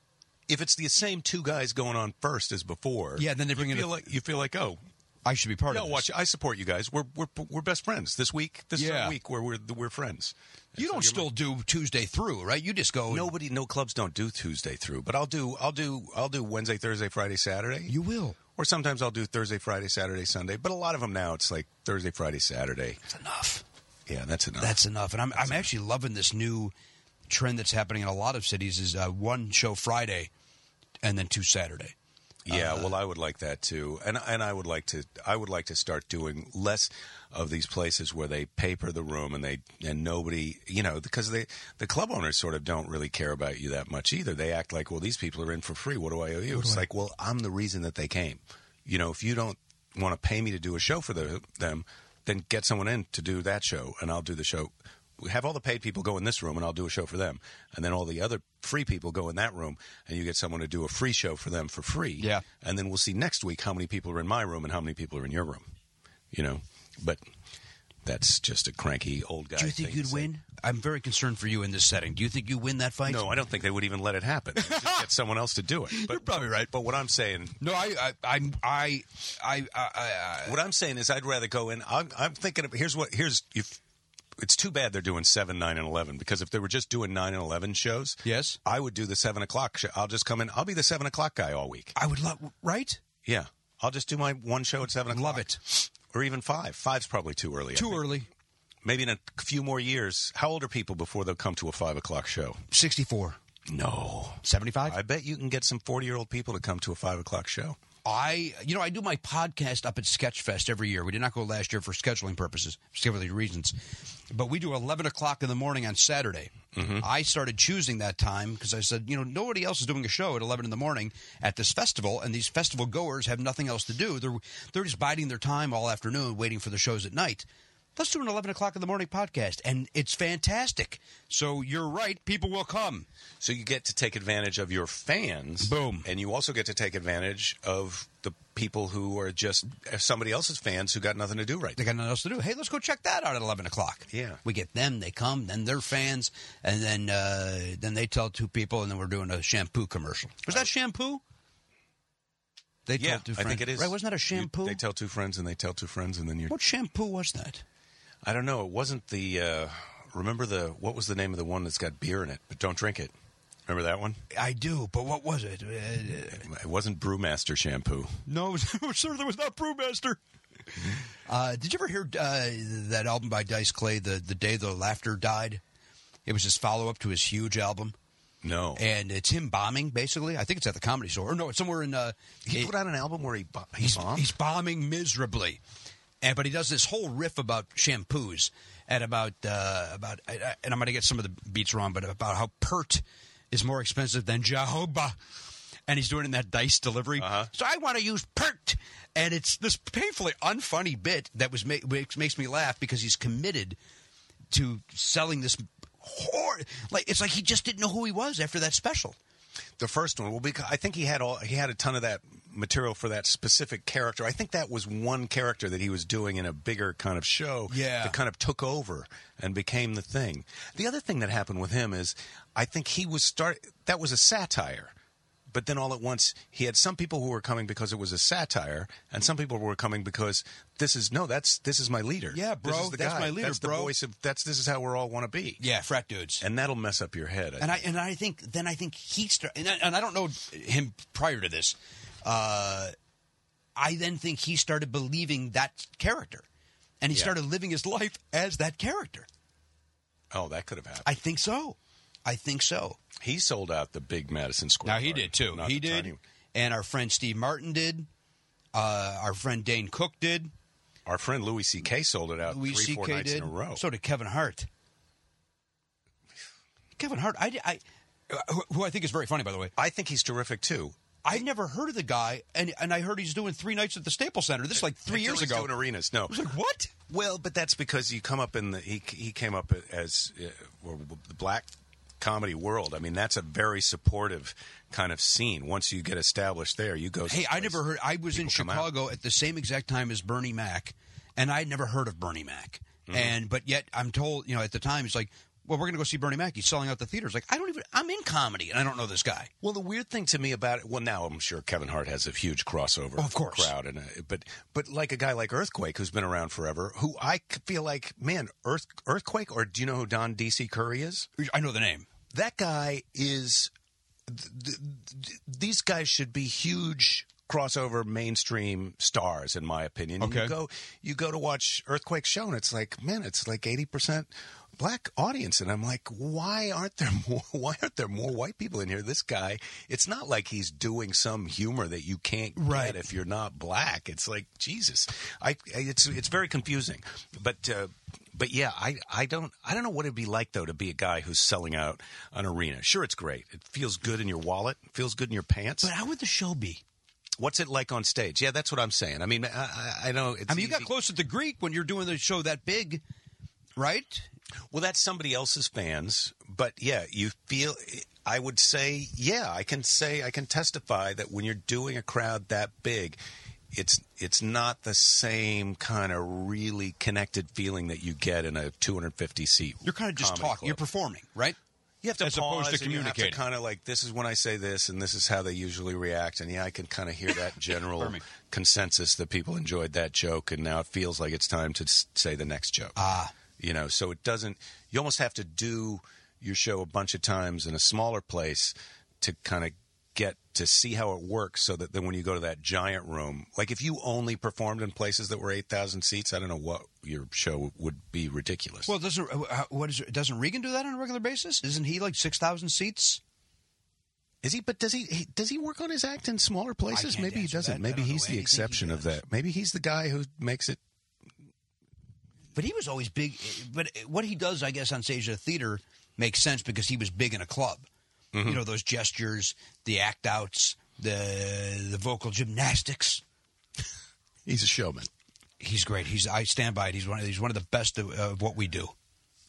Speaker 3: if it's the same two guys going on first as before,
Speaker 2: Yeah, then they bring
Speaker 3: you
Speaker 2: in a-
Speaker 3: Feel like, you feel like, oh,
Speaker 2: I should be part
Speaker 3: no,
Speaker 2: of it
Speaker 3: watch. I support you guys. We're we're we're best friends. This week, this is
Speaker 2: Yeah.
Speaker 3: our week where we're we're friends.
Speaker 2: you don't still do Tuesday through right you just go
Speaker 3: Nobody, no clubs don't do Tuesday through, but I'll do I'll do I'll do Wednesday, Thursday, Friday, Saturday.
Speaker 2: you will
Speaker 3: or sometimes I'll do Thursday, Friday, Saturday, Sunday. But a lot of them now, it's like Thursday, Friday, Saturday.
Speaker 2: it's enough
Speaker 3: Yeah, that's enough.
Speaker 2: That's enough. And I'm, I'm actually loving this new trend that's happening in a lot of cities is uh, one show Friday and then two Saturday.
Speaker 3: Yeah, well, I would like that too, and and I would like to I would like to start doing less of these places where they paper the room and they and nobody you know because they the club owners sort of don't really care about you that much either. They act like well these people are in for free. What do I owe you? It's like well I'm the reason that they came. You know if you don't want to pay me to do a show for the, them, then get someone in to do that show and I'll do the show. We Have all the paid people go in this room and I'll do a show for them, and then all the other free people go in that room and you get someone to do a free show for them for free
Speaker 2: Yeah.
Speaker 3: and then we'll see next week how many people are in my room and how many people are in your room. You know, but that's just a cranky old guy.
Speaker 2: Do you think
Speaker 3: thing to
Speaker 2: you'd
Speaker 3: say.
Speaker 2: win? I'm very concerned for you in this setting. Do you think you win that fight?
Speaker 3: eh? No, I don't think they would even let it happen. They'd just get someone else to do it. But,
Speaker 2: You're probably right.
Speaker 3: But what I'm saying,
Speaker 2: No, I, I, I'm, I, I, I, I,
Speaker 3: what I'm saying is, I'd rather go in. I'm, I'm thinking of here's what here's if. It's too bad they're doing seven, nine, and eleven because if they were just doing nine and eleven shows,
Speaker 2: Yes.
Speaker 3: I would do the seven o'clock. show. I'll just come in. I'll be the seven o'clock guy all week.
Speaker 2: I would love, right?
Speaker 3: Yeah, I'll just do my one show at seven o'clock.
Speaker 2: Love it.
Speaker 3: or even five. Five's probably too early. I
Speaker 2: Too
Speaker 3: think.
Speaker 2: early.
Speaker 3: maybe in a few more years. How old are people before they'll come to a five o'clock show?
Speaker 2: 64.
Speaker 3: No.
Speaker 2: 75?
Speaker 3: I bet you can get some 40 year old people to come to a five o'clock show.
Speaker 2: I, you know, I do my podcast up at Sketchfest every year. We did not go last year for scheduling purposes, scheduling reasons, but we do eleven o'clock in the morning on Saturday. I started choosing that time because I said, you know, nobody else is doing a show at eleven in the morning at this festival, and these festival goers have nothing else to do. They're they're just biding their time all afternoon, waiting for the shows at night. Let's do an eleven o'clock in the morning podcast, and it's fantastic. So you're right, people will come.
Speaker 3: So you get to take advantage of your fans.
Speaker 2: Boom.
Speaker 3: And you also get to take advantage of the people who are just uh, somebody else's fans who got nothing to do right
Speaker 2: They got nothing else to do. Hey, let's go check that out at eleven o'clock.
Speaker 3: Yeah.
Speaker 2: we get them. They come. Then they're fans, and then uh, then they tell two people, and then we're doing a shampoo commercial. Was that shampoo? They
Speaker 3: Yeah,
Speaker 2: told two
Speaker 3: I
Speaker 2: friends.
Speaker 3: think it is.
Speaker 2: Right? Wasn't that a
Speaker 3: You-
Speaker 2: shampoo?
Speaker 3: they tell two friends and they tell two friends and then you're.
Speaker 2: what shampoo was that?
Speaker 3: I don't know. It wasn't the. Uh, remember the. What was the name of the one that's got beer in it, but don't drink it? Remember that one?
Speaker 2: I do, but what was it? Uh,
Speaker 3: It wasn't Brewmaster shampoo.
Speaker 2: no, sir, there was not Brewmaster. Uh, did you ever hear uh, that album by Dice Clay, the the day the laughter died? It was his follow up to his huge album.
Speaker 3: No.
Speaker 2: and it's him bombing basically. I think it's at the comedy store. Or no, it's somewhere in. Uh,
Speaker 3: he
Speaker 2: it-
Speaker 3: put out an album where he, bo- he
Speaker 2: he's,
Speaker 3: bombed?
Speaker 2: he's bombing miserably, and but he does this whole riff about shampoos and about uh, about I- I- and I'm going to get some of the beats wrong, but about how pert is more expensive than Jehovah. and he's doing it in that dice delivery.
Speaker 3: Uh-huh.
Speaker 2: So I want to use pert, and it's this painfully unfunny bit that was ma- makes, makes me laugh because he's committed to selling this. Hor- like it's like he just didn't know who he was after that special.
Speaker 3: The first one, well, because I think he had all he had a ton of that material for that specific character. I think that was one character that he was doing in a bigger kind of show.
Speaker 2: Yeah.
Speaker 3: that kind of took over and became the thing. The other thing that happened with him is, I think he was start that was a satire. But then all at once, he had some people who were coming because it was a satire, and some people were coming because this is no, that's this is my leader.
Speaker 2: Yeah,
Speaker 3: This
Speaker 2: bro,
Speaker 3: is the
Speaker 2: that's
Speaker 3: guy.
Speaker 2: my leader,
Speaker 3: That's
Speaker 2: bro.
Speaker 3: the voice of that's this is how we're all want to be.
Speaker 2: Yeah, frat dudes.
Speaker 3: and that'll mess up your head. I
Speaker 2: And I and I think then I think he start and I, and I don't know him prior to this. Uh, I then think he started believing that character, and he
Speaker 3: Yeah.
Speaker 2: started living his life as that character.
Speaker 3: Oh, that could have happened.
Speaker 2: I think so. I think so.
Speaker 3: he sold out the big Madison Square.
Speaker 2: Now he
Speaker 3: Garden,
Speaker 2: did too.
Speaker 3: not
Speaker 2: he
Speaker 3: the
Speaker 2: did,
Speaker 3: tiny one.
Speaker 2: and our friend Steve Martin did. Uh, our friend Dane Cook did.
Speaker 3: Our friend Louis C.K. sold it out
Speaker 2: Louis
Speaker 3: three, four
Speaker 2: C.K.
Speaker 3: nights
Speaker 2: did.
Speaker 3: in a row.
Speaker 2: So did Kevin Hart. Kevin Hart, I, I who, who I think is very funny, by the way.
Speaker 3: I think he's terrific too.
Speaker 2: I never heard of the guy, and and I heard he's doing three nights at the Staples Center. This is like three
Speaker 3: Until
Speaker 2: years
Speaker 3: he's
Speaker 2: ago.
Speaker 3: doing arenas. No,
Speaker 2: I was like, what?
Speaker 3: well, but that's because you come up in the he he came up as uh, well, the black comedy world. I mean, that's a very supportive kind of scene. Once you get established there, you go.
Speaker 2: Hey, I
Speaker 3: someplace.
Speaker 2: never heard. I was in
Speaker 3: come out.
Speaker 2: Chicago at the same exact time as Bernie Mac, and I had never heard of Bernie Mac.
Speaker 3: Mm-hmm.
Speaker 2: And but yet I'm told, you know, at the time it's like, well, we're going to go see Bernie Mac. He's selling out the theaters. Like I don't even. I'm in comedy, and I don't know this guy.
Speaker 3: Well, the weird thing to me about it, well, now I'm sure Kevin Hart has a huge crossover,
Speaker 2: Of course.
Speaker 3: crowd, and uh but but like a guy like Earthquake who's been around forever, who I c- feel like, man, Earth Earthquake, or do you know who Don DC Curry is?
Speaker 2: I know the name.
Speaker 3: That guy is. Th- th- th- these guys should be huge crossover mainstream stars, in my opinion. And
Speaker 2: Okay.
Speaker 3: You go, you go to watch Earthquake show, and it's like, man, it's like eighty percent black audience, and I'm like, why aren't there more? Why aren't there more white people in here? This guy, it's not like he's doing some humor that you can't
Speaker 2: Right.
Speaker 3: get if you're not black. It's like Jesus, I, I it's it's very confusing, but. Uh, but yeah, I, I don't I don't know what it'd be like though to be a guy who's selling out an arena. Sure, it's great. It feels good in your wallet. It feels good in your pants.
Speaker 2: But how would the show be?
Speaker 3: What's it like on stage? Yeah, that's what I'm saying. I mean, I, I, I know. It's
Speaker 2: I mean, you got
Speaker 3: easy-
Speaker 2: close to the Greek when you're doing the show that big, right?
Speaker 3: Well, that's somebody else's fans, but yeah, you feel. I would say, yeah, I can say, I can testify that when you're doing a crowd that big, it's it's not the same kind of really connected feeling that you get in a 250 seat.
Speaker 2: You're kind of just
Speaker 3: comedy
Speaker 2: talking.
Speaker 3: club.
Speaker 2: You're performing, right?
Speaker 3: You have to
Speaker 1: As
Speaker 3: pause
Speaker 1: opposed to
Speaker 3: and you have
Speaker 1: communicating.
Speaker 3: kind of like this is when I say this, and this is how they usually react. And yeah, I can kind of hear that general consensus that people enjoyed that joke, and now it feels like it's time to s- say the next joke. Ah, you know, so it doesn't. You almost have to do your show a bunch of times in a smaller place to kind of get to see how it works so that then when you go to that giant room like if you only performed in places that were 8000 seats i don't know what your show would be ridiculous
Speaker 2: Well, doesn't uh, uh, what is doesn't Regan do that on a regular basis? Isn't he like six thousand seats?
Speaker 3: Is he? But does he, he? Does he work on his act in smaller places?
Speaker 2: can't
Speaker 3: Maybe he
Speaker 2: answer
Speaker 3: doesn't.
Speaker 2: that. I
Speaker 3: Maybe
Speaker 2: don't know
Speaker 3: he's the
Speaker 2: anything he
Speaker 3: exception of
Speaker 2: does.
Speaker 3: that. Maybe he's the guy who makes it.
Speaker 2: But he was always big. But what he does, I guess, on stage at a theater makes sense because he was big in a club.
Speaker 3: Mm-hmm.
Speaker 2: You know those gestures, the act outs, the the vocal gymnastics.
Speaker 3: He's a showman.
Speaker 2: He's great. He's I stand by it. He's one. He's one of the best of, of what we do.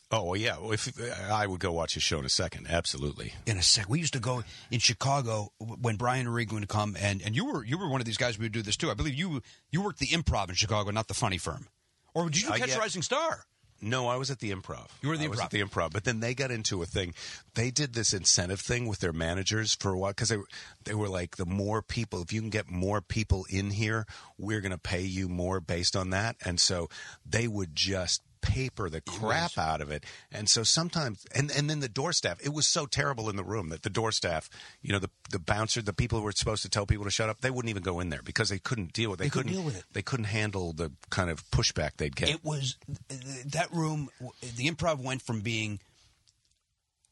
Speaker 3: Oh well, yeah. Well, If I would go watch his show in a second, absolutely.
Speaker 2: in a sec. We used to go in Chicago w- when Brian Regan would come, and, and you were you were one of these guys who would do this too. I believe you you worked the Improv in Chicago, not the Funny Firm. Or did you do
Speaker 3: Uh,
Speaker 2: Catch a
Speaker 3: yeah.
Speaker 2: Rising Star?
Speaker 3: No, I was at the improv.
Speaker 2: You were at the
Speaker 3: I was
Speaker 2: Improv.
Speaker 3: at the improv. But then they got into a thing. They did this incentive thing with their managers for a while because they, were- they were like, the more people, if you can get more people in here, we're going to pay you more based on that. And so they would just paper the crap out of it. And so sometimes, and, and then the door staff, it was so terrible in the room that the door staff, you know, the, the bouncer, the people who were supposed to tell people to shut up, they wouldn't even go in there because they couldn't deal with it. They,
Speaker 2: couldn't deal with it.
Speaker 3: They couldn't handle the kind of pushback they'd get.
Speaker 2: It was th- th- that room. w- The Improv went from being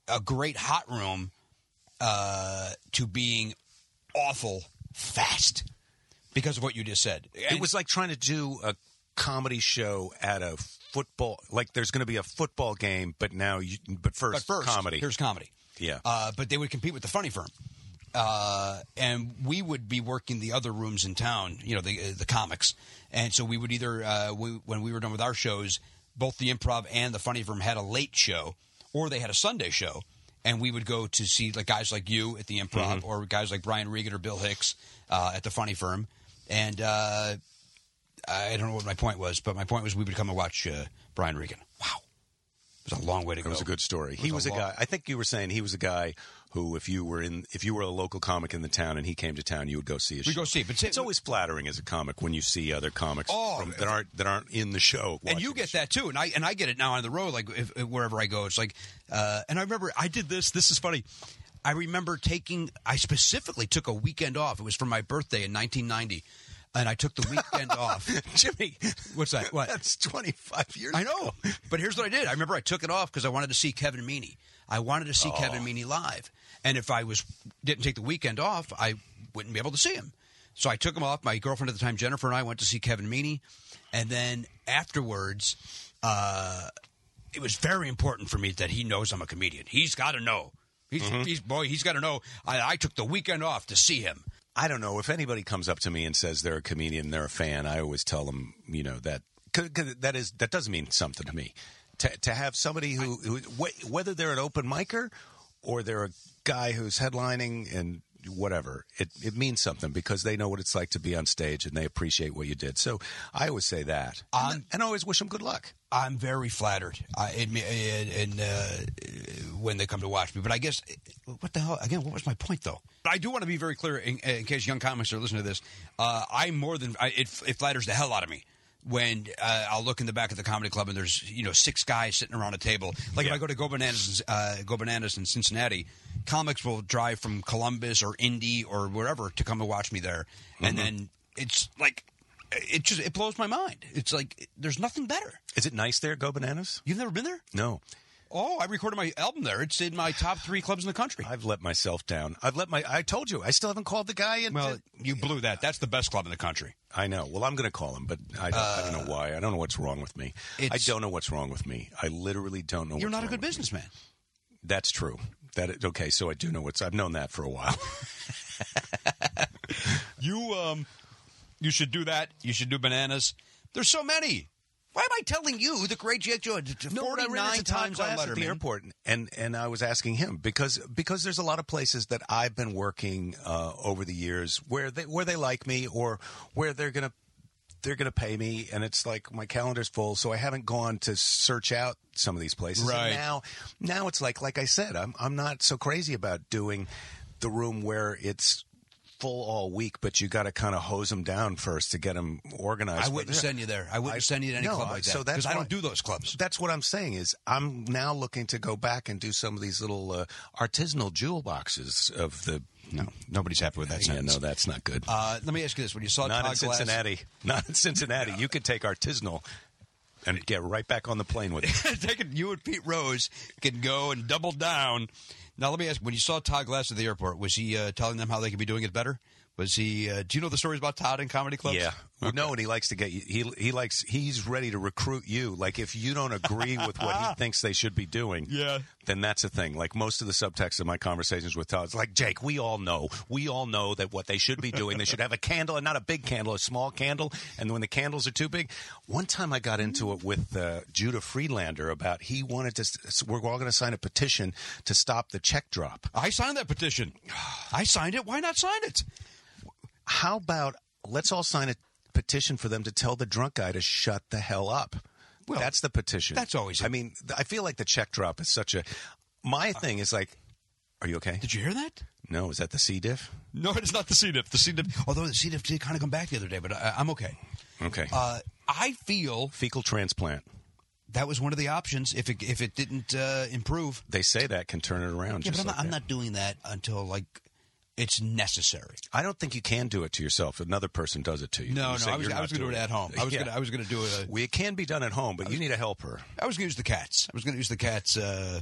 Speaker 2: a great hot room uh, to being awful fast because of what you just said.
Speaker 3: it was like trying to do a comedy show at a football like there's going to be a football game but now you but first,
Speaker 2: but first
Speaker 3: comedy
Speaker 2: Here's comedy.
Speaker 3: yeah
Speaker 2: Uh, but they would compete with the funny firm. Uh, and we would be working the other rooms in town, you know, the uh, the comics. And so we would either uh, we, when we were done with our shows, both the improv and the funny room had a late show, or they had a Sunday show, and we would go to see like guys like you at the improv,
Speaker 3: Mm-hmm.
Speaker 2: or guys like Brian Regan or Bill Hicks uh, at the funny firm. And uh, I don't know what my point was, but my point was we would come and watch uh, Brian Regan. Wow, it was a long way to
Speaker 3: It
Speaker 2: go.
Speaker 3: was a good story.
Speaker 2: It
Speaker 3: He was a
Speaker 2: long-
Speaker 3: guy. I think you were saying he was a guy who, if you were in, if you were a local comic in the town and he came to town, you would go see his.
Speaker 2: We
Speaker 3: show.
Speaker 2: go see it, but say-
Speaker 3: it's always flattering as a comic when you see other comics
Speaker 2: Oh,
Speaker 3: from, that aren't that aren't in the show.
Speaker 2: and you
Speaker 3: watching
Speaker 2: get that too and i and i get it now on the road like if, if- wherever i go it's like uh, and i remember i did this this is funny i remember taking i specifically took a weekend off it was for my birthday in 1990 and i took the weekend off
Speaker 3: it. Jimmy.
Speaker 2: what's that what
Speaker 3: That's twenty five years.
Speaker 2: I know. But here's what I did. I remember I took it off because I wanted to see Kevin Meaney. I wanted to see Kevin Meaney live. And if I was didn't take the weekend off, I wouldn't be able to see him. So I took him off. My girlfriend at the time, Jennifer, and I went to see Kevin Meaney. And then afterwards, uh, it was very important for me that he knows I'm a comedian. He's got to know. He's, he's boy. He's got to know. I, I took the weekend off to see him.
Speaker 3: I don't know if anybody comes up to me and says they're a comedian, they're a fan. I always tell them, you know, that cause, 'cause that is that does mean something to me. To to have somebody who, who wh- whether they're an open micer or they're a guy who's headlining and whatever, it it means something because they know what it's like to be on stage and they appreciate what you did. So I always say that, and,
Speaker 2: I'm-
Speaker 3: and I always wish them good luck.
Speaker 2: I'm very flattered. I admit, and, and uh, when they come to watch me, but I guess what the hell again? What was my point though? But I do want to be very clear in, in case young comics are listening to this. Uh, I more than I, it, it flatters the hell out of me when uh, I'll look in the back of the comedy club and there's you know six guys sitting around a table. Like if I go to Go Bananas, uh, Go Bananas in Cincinnati, comics will drive from Columbus or Indy or wherever to come and watch me there, and then it's like. It just it blows my mind. It's like there's nothing better.
Speaker 3: Is it nice there? Go bananas?
Speaker 2: You've never been there?
Speaker 3: No.
Speaker 2: Oh, I recorded my album there. It's in my top three clubs in the country.
Speaker 3: I've let myself down. I've let my. I told you. I still haven't called the guy. And
Speaker 2: well, you blew that. That's the best club in the country.
Speaker 3: I know. Well, I'm going to call him, but I don't, I don't know why. I don't know what's wrong with me. I
Speaker 2: Uh, It's-
Speaker 3: don't know what's wrong with me. I literally don't know.
Speaker 2: You're
Speaker 3: what's
Speaker 2: not a
Speaker 3: wrong
Speaker 2: good
Speaker 3: with me.
Speaker 2: businessman.
Speaker 3: That's true. That is- okay. So I do know what's. I've known that for a while.
Speaker 2: You um, you should do that. You should do bananas. There's so many. Why am I telling you the great Jack Jones?
Speaker 3: but I
Speaker 2: Forty
Speaker 3: ran into
Speaker 2: nine
Speaker 3: Todd
Speaker 2: times on
Speaker 3: Glass at the
Speaker 2: Letterman.
Speaker 3: airport, and and I was asking him because because there's a lot of places that I've been working uh, over the years where they where they like me or where they're gonna they're gonna pay me, and it's like my calendar's full, so I haven't gone to search out some of these places. And
Speaker 2: Right.
Speaker 3: now now it's like like I said, I'm I'm not so crazy about doing the room where it's full all week, but you got to kind of hose them down first to get them organized.
Speaker 2: I
Speaker 3: But
Speaker 2: wouldn't
Speaker 3: they're-
Speaker 2: send you there. I wouldn't
Speaker 3: I-
Speaker 2: send you to any
Speaker 3: no,
Speaker 2: club
Speaker 3: I-
Speaker 2: like that.
Speaker 3: so that's
Speaker 2: because I
Speaker 3: why-
Speaker 2: don't do those clubs.
Speaker 3: that's what I'm saying is I'm now looking to go back and do some of these little uh, artisanal jewel boxes of the.
Speaker 2: No, nobody's happy with that
Speaker 3: Yeah,
Speaker 2: sentence.
Speaker 3: no, that's not good.
Speaker 2: Uh, let me ask you this: When you saw
Speaker 3: not
Speaker 2: Todd
Speaker 3: in
Speaker 2: Glass,
Speaker 3: Cincinnati. Not in Cincinnati. You could take artisanal and get right back on the plane with it.
Speaker 2: taking you and Pete Rose can go and double down. Now let me ask: When you saw Todd Glass at the airport, was he uh, telling them how they could be doing it better? Was he? Uh, do you know the stories about Todd in comedy clubs?
Speaker 3: Yeah. No, and he likes to get you. He he likes. He's ready to recruit you. Like if you don't agree with what he thinks they should be doing,
Speaker 2: Yeah.
Speaker 3: then that's a thing. Like most of the subtext of my conversations with Todd, it's like Jake. We all know. We all know that what they should be doing. They should have a candle, and not a big candle, a small candle. And when the candles are too big, one time I got into it with uh, Judah Friedlander about he wanted to. s- We're all going to sign a petition to stop the check drop.
Speaker 2: I signed that petition. I signed it. Why not sign it?
Speaker 3: how about let's all sign a petition for them to tell the drunk guy to shut the hell up?
Speaker 2: Well,
Speaker 3: that's the petition.
Speaker 2: that's always it.
Speaker 3: I mean, th- I feel like the check drop is such a. My thing is like, are you okay?
Speaker 2: Did you hear that?
Speaker 3: No, is that the C diff?
Speaker 2: No, it's not the C diff. The C diff. Although the C diff did kind of come back the other day, but I, I'm okay.
Speaker 3: Okay.
Speaker 2: Uh, I feel
Speaker 3: Fecal transplant.
Speaker 2: that was one of the options. If it if it didn't uh, improve,
Speaker 3: They say that can turn it around.
Speaker 2: yeah, but
Speaker 3: just
Speaker 2: I'm,
Speaker 3: like
Speaker 2: not, I'm
Speaker 3: that.
Speaker 2: not doing that until like it's necessary.
Speaker 3: I don't think you can do it to yourself. Another person does it to you.
Speaker 2: No,
Speaker 3: You say
Speaker 2: no, I was,
Speaker 3: you're
Speaker 2: I
Speaker 3: not
Speaker 2: was going to do it
Speaker 3: doing
Speaker 2: at home. I was
Speaker 3: Yeah.
Speaker 2: gonna, I was going to do it. uh,
Speaker 3: Well, it can be done at home, but you need a helper.
Speaker 2: I was going to use the cats. I was going to use the cats. Uh,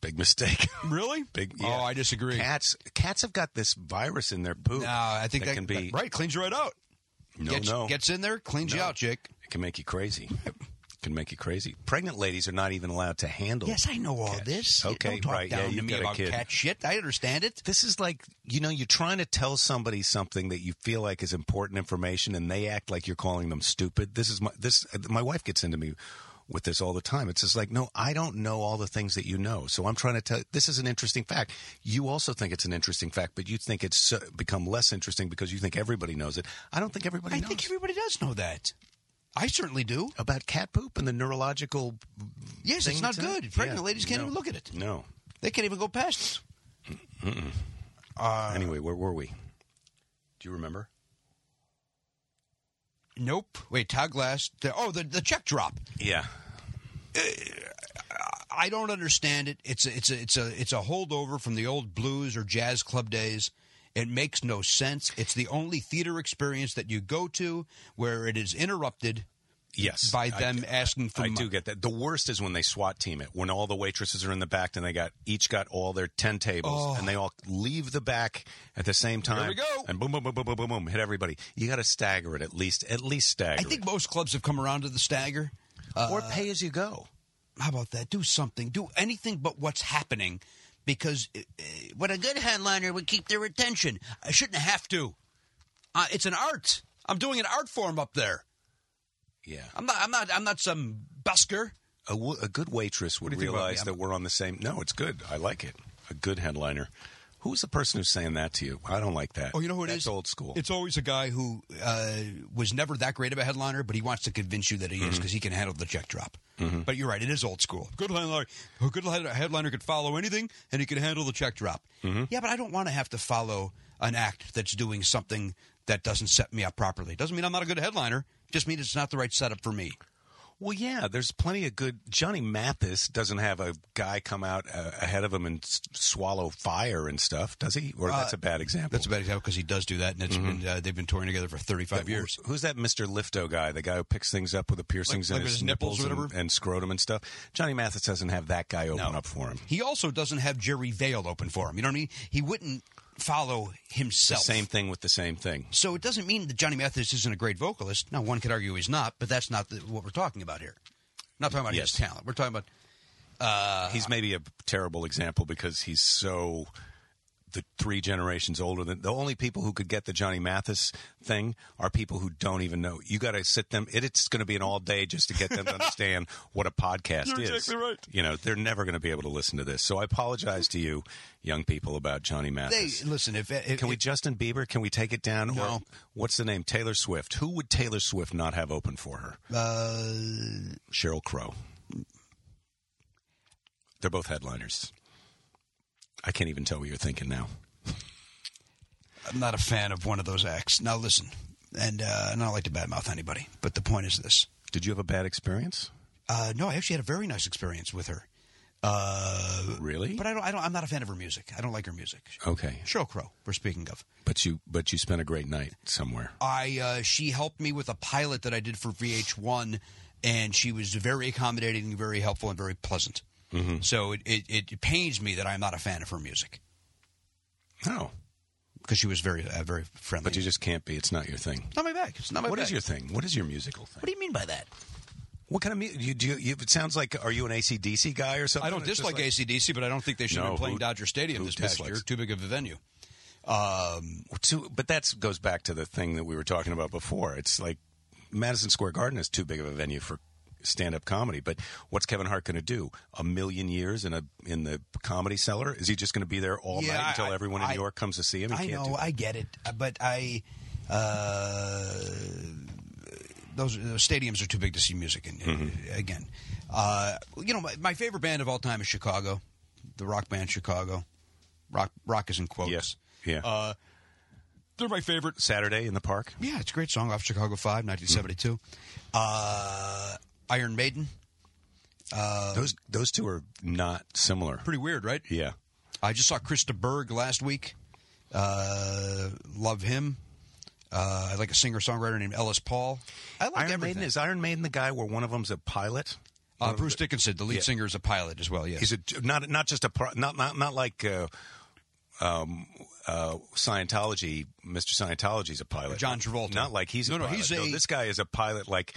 Speaker 3: Big mistake.
Speaker 2: really?
Speaker 3: Big.
Speaker 2: Oh,
Speaker 3: yeah.
Speaker 2: I disagree.
Speaker 3: Cats. Cats have got this virus in their poop.
Speaker 2: no, I think
Speaker 3: that,
Speaker 2: that,
Speaker 3: can be
Speaker 2: right. Cleans you right out.
Speaker 3: No,
Speaker 2: gets,
Speaker 3: no.
Speaker 2: Gets in there, cleans you out, Jake.
Speaker 3: It can make you crazy. can make you crazy. Pregnant ladies are not even allowed to handle.
Speaker 2: Yes, I know all
Speaker 3: catch.
Speaker 2: this.
Speaker 3: Okay,
Speaker 2: Don't talk
Speaker 3: right.
Speaker 2: down
Speaker 3: yeah,
Speaker 2: to
Speaker 3: you've
Speaker 2: me
Speaker 3: got a
Speaker 2: about
Speaker 3: kid.
Speaker 2: cat shit. I understand it.
Speaker 3: This is like you know you're trying to tell somebody something that you feel like is important information, and they act like you're calling them stupid. This is my this my wife gets into me with this all the time. It's just like no, I don't know all the things that you know, so I'm trying to tell. This is an interesting fact. You also think it's an interesting fact, but you think it's uh, become less interesting because you think everybody knows it. I don't think everybody
Speaker 2: I
Speaker 3: knows
Speaker 2: think everybody does know that. I certainly do.
Speaker 3: about cat poop and the neurological.
Speaker 2: Yes,
Speaker 3: thing
Speaker 2: it's not
Speaker 3: that's in
Speaker 2: good.
Speaker 3: it.
Speaker 2: Pregnant
Speaker 3: Yeah,
Speaker 2: ladies can't
Speaker 3: no.
Speaker 2: even look at it.
Speaker 3: No.
Speaker 2: They can't even go past Uh,
Speaker 3: anyway, where were we? Do you remember?
Speaker 2: it. Nope. Wait, Todd Glass. The, oh, the, the check drop.
Speaker 3: Yeah.
Speaker 2: I don't understand it. It's a, it's a, it's a it's a holdover from the old blues or jazz club days. It makes no sense. It's the only theater experience that you go to where it is interrupted
Speaker 3: Yes.
Speaker 2: by
Speaker 3: I-
Speaker 2: them asking for
Speaker 3: I
Speaker 2: money.
Speaker 3: do get that. The worst is when they SWAT team it, when all the waitresses are in the back and they got each got all their ten tables and they all leave the back at the same time. There
Speaker 2: Oh. we go.
Speaker 3: And boom, boom, boom, boom, boom, boom, boom, hit everybody. You got to stagger it at least, at least stagger.
Speaker 2: I think most clubs have come around to the stagger. Uh,
Speaker 3: it. or pay as you go.
Speaker 2: How about that? Do something. Do anything but what's happening, because uh, uh, what a good headliner would keep their attention. I shouldn't have to. Uh, it's an art. I'm doing an art form up there.
Speaker 3: Yeah.
Speaker 2: I'm not. I'm not. I'm not some busker.
Speaker 3: A, w- a good waitress would
Speaker 1: do you think about
Speaker 3: realize
Speaker 1: me?
Speaker 3: that we're on the same. No, it's good. I like it. A good headliner. Who's the person who's saying that to you? I don't like that.
Speaker 2: Oh, you know who it
Speaker 3: That's
Speaker 2: is?
Speaker 3: old school.
Speaker 2: It's always a guy who uh, was never that great of a headliner, but he wants to convince you that he is because he can handle the check drop. But you're right; it is old school. Good headliner, a good head- headliner could follow anything, and he can handle the check drop. Yeah, but I don't want to have to follow an act that's doing something that doesn't set me up properly. Doesn't mean I'm not a good headliner. Just means it's not the right setup for me.
Speaker 3: Well, yeah, there's plenty of good. Johnny Mathis doesn't have a guy come out uh, ahead of him and s- swallow fire and stuff, does he? Or that's a bad example.
Speaker 2: Uh, That's a bad example because he does do that, and it's been uh, they've been touring together for 35 years.
Speaker 3: Who's that Mr. Lifto guy? The guy who picks things up with the piercings
Speaker 2: Like-
Speaker 3: in
Speaker 2: like with
Speaker 3: his,
Speaker 2: his nipples or
Speaker 3: and-
Speaker 2: whatever?
Speaker 3: and, scrotum and stuff. Johnny Mathis doesn't have that guy open up for him.
Speaker 2: He also doesn't have Jerry Vale open for him. You know what I mean? He wouldn't follow himself.
Speaker 3: Same thing with the same thing.
Speaker 2: So it doesn't mean that Johnny Mathis isn't a great vocalist. Now, one could argue he's not, but that's not the, what we're talking about here. We're not talking about
Speaker 3: Yes.
Speaker 2: his talent. We're talking about
Speaker 3: he's maybe a terrible example because he's so the three generations older than the only people who could get the Johnny Mathis thing are people who don't even know. You got to sit them. It, it's going to be an all day just to get them to understand what a podcast is.
Speaker 1: exactly right.
Speaker 3: You know, they're never going to be able to listen to this. So I apologize to you, young people, about Johnny
Speaker 2: they.
Speaker 3: Mathis.
Speaker 2: Listen, if, if
Speaker 3: can we Justin Bieber? Can we take it down? Or
Speaker 2: No.
Speaker 3: what's the name? Taylor Swift. Who would Taylor Swift not have open for her?
Speaker 2: uh,
Speaker 3: Cheryl Crow. They're both headliners. I can't even tell what you're thinking now.
Speaker 2: I'm not a fan of one of those acts. Now listen, and uh, and I don't like to badmouth anybody, but the point is this:
Speaker 3: Did you have a bad experience?
Speaker 2: uh, no, I actually had a very nice experience with her. Uh,
Speaker 3: Really?
Speaker 2: but I don't, I don't. I'm not a fan of her music. I don't like her music.
Speaker 3: Okay,
Speaker 2: Cheryl Crow, we're speaking of.
Speaker 3: but you but you spent a great night somewhere.
Speaker 2: I uh, she helped me with a pilot that I did for VH1, and she was very accommodating, very helpful, and very pleasant.
Speaker 3: Mm-hmm.
Speaker 2: So it, it, it pains me that I'm not a fan of her music
Speaker 3: No,
Speaker 2: because she was very uh, very friendly.
Speaker 3: but you just can't be. It's not your thing.
Speaker 2: not my bag. It's not my
Speaker 3: What
Speaker 2: bag.
Speaker 3: is your thing? What is your musical thing?
Speaker 2: What do you mean by that?
Speaker 3: What kind of music? You, do you, you, it sounds like are you an ACDC guy or something?
Speaker 2: I don't
Speaker 3: It's just
Speaker 2: dislike
Speaker 3: like-
Speaker 2: ACDC, but I don't think they should
Speaker 3: No,
Speaker 2: have been playing
Speaker 3: who-
Speaker 2: Dodger Stadium
Speaker 3: who
Speaker 2: this past
Speaker 3: dislikes?
Speaker 2: year. Too big of a venue.
Speaker 3: too, but that goes back to the thing that we were talking about before. It's like Madison Square Garden is too big of a venue for stand-up comedy. But what's Kevin Hart going to do? A million years in a in the comedy cellar? Is he just going to be there all
Speaker 2: Yeah,
Speaker 3: night until
Speaker 2: I-
Speaker 3: everyone in
Speaker 2: I-
Speaker 3: New York comes to see him? He
Speaker 2: I
Speaker 3: can't do
Speaker 2: know,
Speaker 3: that.
Speaker 2: I get it, uh, but I uh, those, those stadiums are too big to see music in.
Speaker 3: Mm-hmm.
Speaker 2: Again, uh, you know, my, my favorite band of all time is Chicago, the rock band Chicago. Rock, rock is in quotes.
Speaker 3: Yes, yeah.
Speaker 2: uh, they're my favorite.
Speaker 3: Saturday in the park.
Speaker 2: Yeah, it's a great song off Chicago Five, 1972.
Speaker 3: Mm-hmm.
Speaker 2: Uh, Iron Maiden,
Speaker 3: those those two are not similar.
Speaker 2: Um, pretty weird, right?
Speaker 3: yeah.
Speaker 2: I just saw Krista Berg last week. Uh, love him. Uh, I like a singer songwriter named Ellis Paul. I like
Speaker 3: Iron
Speaker 2: everything.
Speaker 3: Maiden is Iron Maiden the guy where one of them's a pilot.
Speaker 2: uh, Bruce Dickinson, the lead singer, is a pilot as well. Yes,
Speaker 3: He's a not not just a pro- not not not like uh, um, uh, Scientology. Mr. Scientology's a pilot.
Speaker 2: John Travolta.
Speaker 3: Not like he's
Speaker 2: No,
Speaker 3: a
Speaker 2: no,
Speaker 3: pilot.
Speaker 2: he's a-
Speaker 3: this guy is a pilot. Like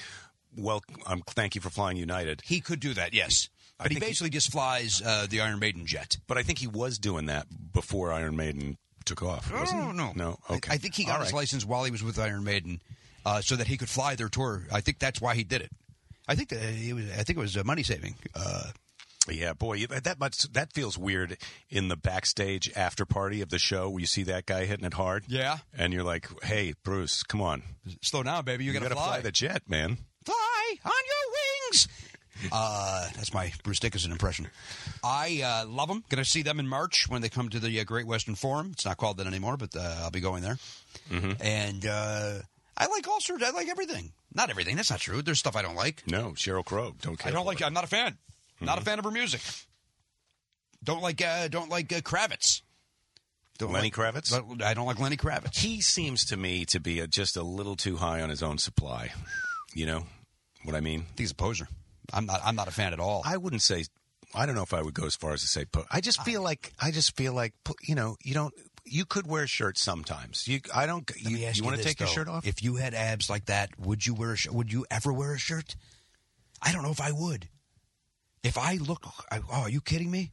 Speaker 3: well, um, thank you for flying United.
Speaker 2: He could do that, yes. But he
Speaker 3: think he-
Speaker 2: basically just flies uh, the Iron Maiden jet.
Speaker 3: But I think he was doing that before Iron Maiden took off.
Speaker 2: No,
Speaker 3: wasn't
Speaker 2: no,
Speaker 3: he?
Speaker 2: no.
Speaker 3: no. Okay,
Speaker 2: I, I think he got
Speaker 3: All
Speaker 2: his
Speaker 3: right.
Speaker 2: license while he was with Iron Maiden, uh, so that he could fly their tour. I think that's why he did it. I think that it was. I think it was uh, money saving. Uh,
Speaker 3: Yeah, boy, that that much that feels weird in the backstage after party of the show where you see that guy hitting it hard.
Speaker 2: Yeah.
Speaker 3: and you're like, "Hey, Bruce, come on,
Speaker 2: slow down, baby. You're
Speaker 3: you
Speaker 2: gonna
Speaker 3: gotta fly.
Speaker 2: fly.
Speaker 3: the jet, man."
Speaker 2: fly on your wings. Uh, that's my Bruce Dickinson impression. I uh, love them. Going to see them in March when they come to the uh, Great Western Forum. It's not called that anymore, but uh, I'll be going there.
Speaker 3: Mm-hmm.
Speaker 2: And uh, I like all sorts. I like everything. Not everything. That's not true. There's stuff I don't like.
Speaker 3: No, Cheryl Crow, don't care.
Speaker 2: I don't
Speaker 3: for
Speaker 2: like.
Speaker 3: her.
Speaker 2: I'm not a fan.
Speaker 3: Mm-hmm.
Speaker 2: Not a fan of her music. Don't like. Uh, don't like uh, Kravitz. Don't
Speaker 3: Lenny
Speaker 2: like,
Speaker 3: Kravitz.
Speaker 2: But I don't like Lenny Kravitz.
Speaker 3: he seems to me to be a, just a little too high on his own supply. You know what I mean?
Speaker 2: He's a poser. I'm not. I'm not a fan at all.
Speaker 3: I wouldn't say. I don't know if I would go as far as to say. Po- I just feel like I just feel like you know you don't you could wear shirts sometimes. You I don't.
Speaker 2: Let
Speaker 3: You,
Speaker 2: me ask
Speaker 3: want to
Speaker 2: this,
Speaker 3: take your
Speaker 2: though.
Speaker 3: shirt off?
Speaker 2: If you had abs like that, would you wear? A sh- would you ever wear a shirt? I don't know if I would. If I look, I, oh, are you kidding me?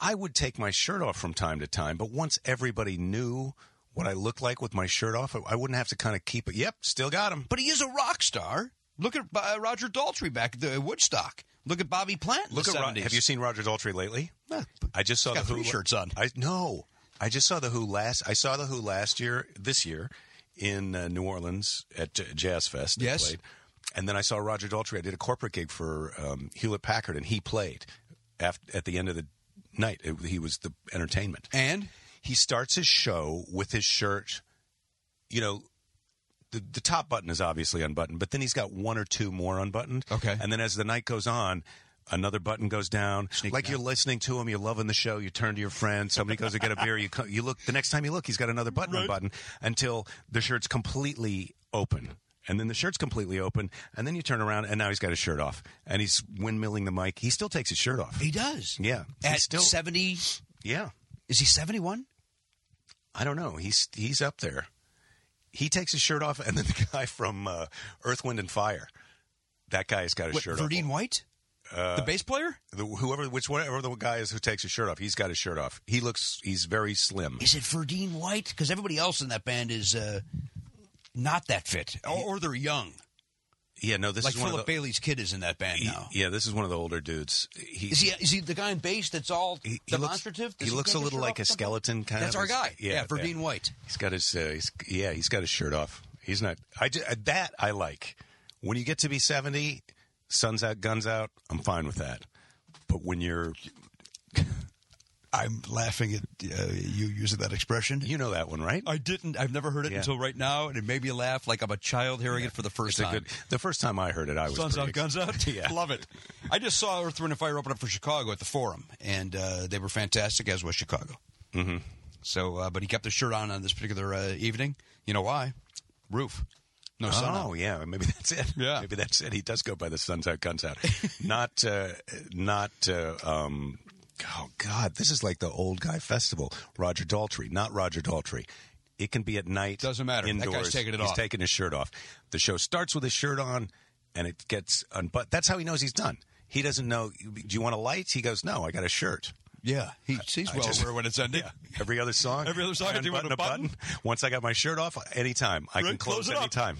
Speaker 3: I would take my shirt off from time to time, but once everybody knew what I looked like with my shirt off, I, I wouldn't have to kind of keep it. Yep, still got him.
Speaker 2: But he is a rock star. Look at uh, Roger Daltrey back at the Woodstock. Look at Bobby Plant. in
Speaker 3: Look
Speaker 2: the
Speaker 3: at Ron.
Speaker 2: 70s.
Speaker 3: Have you seen Roger Daltrey lately?
Speaker 2: Yeah.
Speaker 3: I just saw
Speaker 2: He's got
Speaker 3: the Who
Speaker 2: three shirts on.
Speaker 3: I no, I just saw the Who last. I saw the Who last year, this year in uh, New Orleans at J- Jazz Fest. they
Speaker 2: Yes.
Speaker 3: played. and then I saw Roger Daltrey. I did a corporate gig for um, Hewlett Packard, and he played after, at the end of the night. It- he was the entertainment.
Speaker 2: And
Speaker 3: He starts his show with his shirt. You know. The, the top button is obviously unbuttoned, but then he's got one or two more unbuttoned.
Speaker 2: Okay.
Speaker 3: And then as the night goes on, another button goes down. like you're listening to him, you're loving the show. You turn to your friend. Somebody goes to get a beer. You co- you look the next time you look, he's got another button on button until the shirt's completely open. And then the shirt's completely open, and then you turn around, and now he's got his shirt off, and he's windmilling the mic. He still takes his shirt off.
Speaker 2: he does.
Speaker 3: Yeah, he's
Speaker 2: At
Speaker 3: still-
Speaker 2: seventy,
Speaker 3: Yeah,
Speaker 2: is he seventy-one?
Speaker 3: I don't know. He's he's up there. He takes his shirt off, and then the guy from uh, Earth, Wind, and Fire, that guy's got his
Speaker 2: What,
Speaker 3: shirt off. Uh,
Speaker 2: Verdine White, the bass player.
Speaker 3: the, whoever which whatever the guy is who takes his shirt off, he's got his shirt off. He looks he's very slim.
Speaker 2: Is it Verdine White? Because everybody else in that band is uh, not that fit,
Speaker 3: Oh,
Speaker 2: or, or they're young.
Speaker 3: Yeah, no, this
Speaker 2: Like
Speaker 3: is one
Speaker 2: Philip
Speaker 3: of the
Speaker 2: Bailey's kid is in that band
Speaker 3: he-
Speaker 2: now.
Speaker 3: yeah, this is one of the older dudes. He,
Speaker 2: Is he? Is he the guy in bass that's all
Speaker 3: he- he looks-
Speaker 2: demonstrative?
Speaker 3: He
Speaker 2: Does
Speaker 3: looks
Speaker 2: take
Speaker 3: a
Speaker 2: his
Speaker 3: little
Speaker 2: shirt
Speaker 3: like
Speaker 2: off
Speaker 3: a
Speaker 2: or something?
Speaker 3: skeleton kind
Speaker 2: That's
Speaker 3: of.
Speaker 2: our guy. Yeah,
Speaker 3: yeah,
Speaker 2: Verdine White.
Speaker 3: He's got his. Uh, he's, yeah, he's got his shirt off. He's not. I ju- uh, that I like. When you get to be seventy, sun's out, guns out. I'm fine with that. But when you're,
Speaker 2: I'm laughing at uh, you using that expression.
Speaker 3: you know that one, right?
Speaker 2: I didn't. I've never heard it
Speaker 3: Yeah.
Speaker 2: until right now, and it made me laugh like I'm a child hearing it for the first
Speaker 3: It's a
Speaker 2: time.
Speaker 3: good. The first time I heard it, I was
Speaker 2: Guns
Speaker 3: pretty
Speaker 2: out, guns out.
Speaker 3: Yeah.
Speaker 2: Love it. I just saw Earth, Wind, and Fire open up for Chicago at the Forum, and uh, they were fantastic, as was Chicago. Mm-hmm. So, uh, but he kept his shirt on on this particular uh, evening. You know why? Roof. No sun. out.
Speaker 3: Oh yeah, maybe that's it.
Speaker 2: Yeah.
Speaker 3: maybe that's it. He does go by the sun's out, guns out. not, uh, not. Uh, um, oh God, this is like the old guy festival. Roger Daltrey, not Roger Daltrey. It can be at night.
Speaker 2: Doesn't matter. That guy's
Speaker 3: Indoors.
Speaker 2: taking it
Speaker 3: he's
Speaker 2: off.
Speaker 3: taking his shirt off. The show starts with his shirt on, and it gets unbuttoned. That's how he knows he's done. He doesn't know. Do you want a light? He goes, No, I got a shirt.
Speaker 2: Yeah, he, he's well
Speaker 3: just-
Speaker 2: aware when it's ending.
Speaker 3: Every other song.
Speaker 2: Every other song, I do want
Speaker 3: unbutton
Speaker 2: a button.
Speaker 3: Once I got my shirt off, anytime I can
Speaker 2: Right, close
Speaker 3: close,
Speaker 2: it up.
Speaker 3: anytime.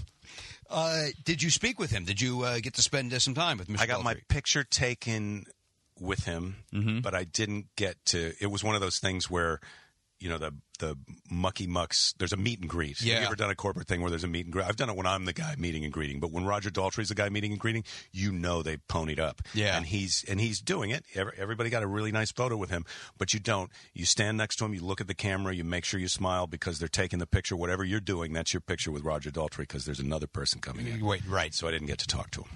Speaker 2: Uh, did you speak with him? Did you uh, get to spend uh, some time with Mr.
Speaker 3: I got my
Speaker 2: Pelfrey?
Speaker 3: picture taken with him,
Speaker 2: Mm-hmm.
Speaker 3: but I didn't get to. It was one of those things where, you know, the the mucky mucks. There's a meet and greet. Have
Speaker 2: Yeah.
Speaker 3: you ever done a corporate thing where there's a meet and greet? I've done it when I'm the guy meeting and greeting, but when Roger Daltrey's the guy meeting and greeting, you know they ponied up.
Speaker 2: Yeah.
Speaker 3: and he's and he's doing it. Every, everybody got a really nice photo with him, but you don't. You stand next to him, you look at the camera, you make sure you smile because they're taking the picture. Whatever you're doing, that's your picture with Roger Daltrey because there's another person coming in.
Speaker 2: Wait, right.
Speaker 3: So I didn't get to talk to him.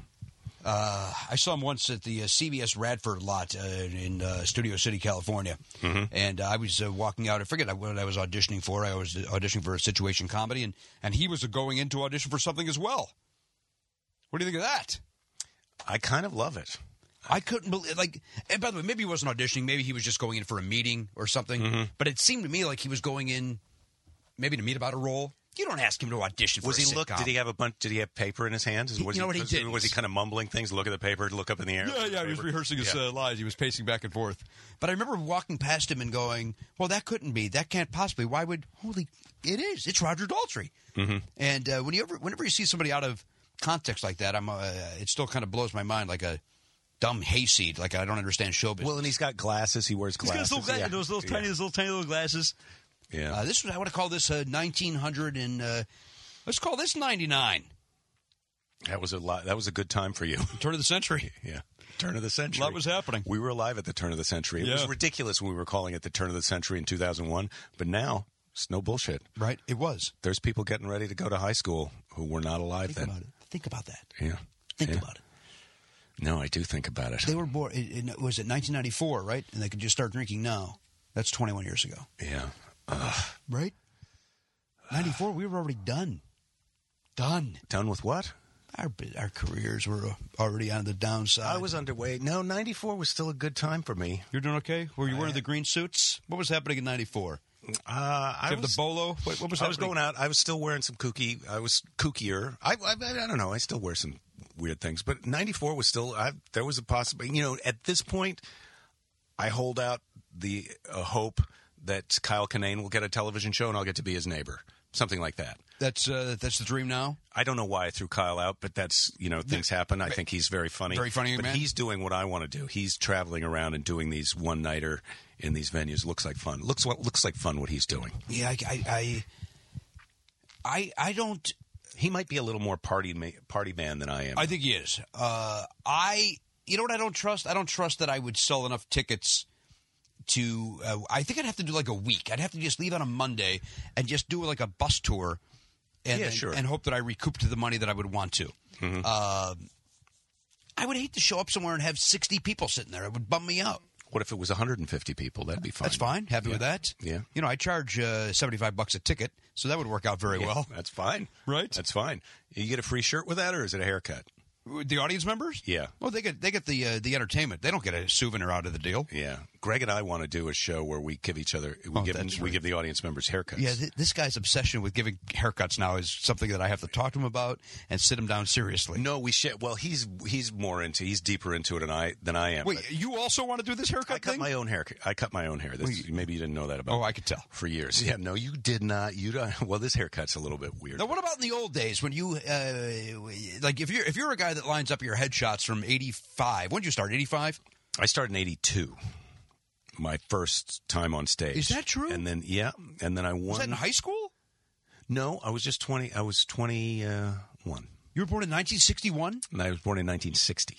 Speaker 2: I saw him once at the uh, CBS Radford lot uh, in uh, Studio City, California, and I was uh, walking out. I forget what I was auditioning for. I was auditioning for a situation comedy, and and he was uh, going in to audition for something as well. What do you think of that?
Speaker 3: I kind of love it.
Speaker 2: I couldn't believe, like, and by the way, maybe he wasn't auditioning. Maybe he was just going in
Speaker 3: Mm-hmm.
Speaker 2: for a meeting or something. But it seemed to me like he was going in, maybe to meet about a role. You don't ask him to audition.
Speaker 3: Was
Speaker 2: for a
Speaker 3: he look?
Speaker 2: sitcom.
Speaker 3: Did he have a bunch? Did he have paper in his hands? Was
Speaker 2: you know what he
Speaker 3: was,
Speaker 2: did
Speaker 3: Was he
Speaker 2: is-
Speaker 3: kind of mumbling things? Look at the paper. Look up in the air.
Speaker 1: Yeah, yeah, he was rehearsing his uh, lines. He was pacing back and forth.
Speaker 2: But I remember walking past him and going, "Well, that couldn't be. That can't possibly. Why would? Holy, it is. It's Roger Daltrey." Mm-hmm. And uh, whenever whenever you see somebody out of context like that, I'm uh, it still kind of blows my mind like a dumb hayseed. Like I don't understand show business.
Speaker 3: Well, and he's got glasses. He wears
Speaker 5: He's got
Speaker 3: glasses.
Speaker 5: those little, gla-
Speaker 3: yeah.
Speaker 5: those little
Speaker 3: yeah.
Speaker 5: tiny, those little tiny little glasses.
Speaker 3: Yeah.
Speaker 2: uh, this was I want to call this uh, 1900 and uh, let's call this 99
Speaker 3: that was a lot. That was a good time for you.
Speaker 1: Turn of the century.
Speaker 3: yeah. Turn of the century.
Speaker 1: lot was happening.
Speaker 3: We were alive at the turn of the century. It
Speaker 1: Yeah.
Speaker 3: was ridiculous when we were calling it the turn of the century in 2001, but now it's no bullshit.
Speaker 2: right it was
Speaker 3: There's people getting ready to go to high school who were not alive
Speaker 2: think
Speaker 3: then.
Speaker 2: about it think about that
Speaker 3: Yeah.
Speaker 2: think
Speaker 3: Yeah.
Speaker 2: about it
Speaker 3: No, I do think about it.
Speaker 2: they were born it, it was it 1994 right and they could just start drinking now that's 21 years ago
Speaker 3: yeah.
Speaker 2: right 94 we were already done done
Speaker 3: Done with what?
Speaker 2: our our careers were already on the downside
Speaker 3: I was underway. No, 94 was still a good time for me.
Speaker 2: you're doing okay were you wearing the green suits what was happening in 94
Speaker 3: Uh, I
Speaker 1: You have
Speaker 3: was,
Speaker 1: the bolo. What, what was
Speaker 3: I was
Speaker 1: happening?
Speaker 3: going out. I was still wearing some kooky. I was kookier. I, I I don't know. I still wear some weird things. But '94 was still. I, there was a possibility. You know, at this point, I hold out the uh, hope that Kyle Kinane will get a television show and I'll get to be his neighbor. Something like that.
Speaker 2: that's uh, that's the dream now
Speaker 3: I don't know why I threw Kyle out, but that's you know things happen. I think he's very funny,
Speaker 2: Very funny
Speaker 3: But
Speaker 2: man.
Speaker 3: he's doing what I want to do. He's traveling around and doing these one nighter in these venues. Looks like fun. Looks what looks like fun. What he's doing.
Speaker 2: yeah I I I, I, I don't
Speaker 3: He might be a little more party ma- party man than I am.
Speaker 2: I think he is. Uh, I, you know what? I don't trust. I don't trust that I would sell enough tickets to. Uh, I think I'd have to do like a week. I'd have to just leave on a Monday and just do like a bus tour, and
Speaker 3: Yeah,
Speaker 2: and,
Speaker 3: sure.
Speaker 2: and hope that I recouped the money that I would want to. Um, I would hate to show up somewhere and have sixty people sitting there. It would bum me out.
Speaker 3: What if it was 150 people? That'd be fine.
Speaker 2: That's fine. Happy with that.
Speaker 3: Yeah.
Speaker 2: You know, I charge uh, seventy-five bucks a ticket, so that would work out very well.
Speaker 3: That's fine.
Speaker 1: Right.
Speaker 3: That's fine. You get a free shirt with that, or is it a haircut?
Speaker 2: The audience members?
Speaker 3: Yeah.
Speaker 2: Well, they get they get the uh, the entertainment. They don't get a souvenir out of the deal.
Speaker 3: Yeah. Greg and I want to do a show where we give each other, we,
Speaker 2: Oh,
Speaker 3: give,
Speaker 2: that's
Speaker 3: we
Speaker 2: right.
Speaker 3: give the audience members haircuts.
Speaker 2: Yeah, th- this guy's obsession with giving haircuts now is something that I have to talk to him about and sit him down seriously.
Speaker 3: no, we should. Well, he's he's more into he's deeper into it than I than I am.
Speaker 1: Wait,
Speaker 3: but
Speaker 1: you also want to do this haircut
Speaker 3: I cut
Speaker 1: thing?
Speaker 3: my own hair. I cut my own hair. This, maybe you didn't know that about.
Speaker 2: Oh,
Speaker 3: me.
Speaker 2: I could tell.
Speaker 3: for years. Yeah, no, you did not. You don't. Well, this haircut's a little bit weird.
Speaker 2: Now, what about in the old days when you, uh, like, if you're if you're a guy that lines up your headshots from '85, when did you start? '85?
Speaker 3: I started in '82. My first time on stage.
Speaker 2: Is that true?
Speaker 3: And then yeah, and then I won.
Speaker 2: Was that in high school?
Speaker 3: No, I was just 20. I was 21.
Speaker 2: You were born in 1961.
Speaker 3: And I was born in 1960.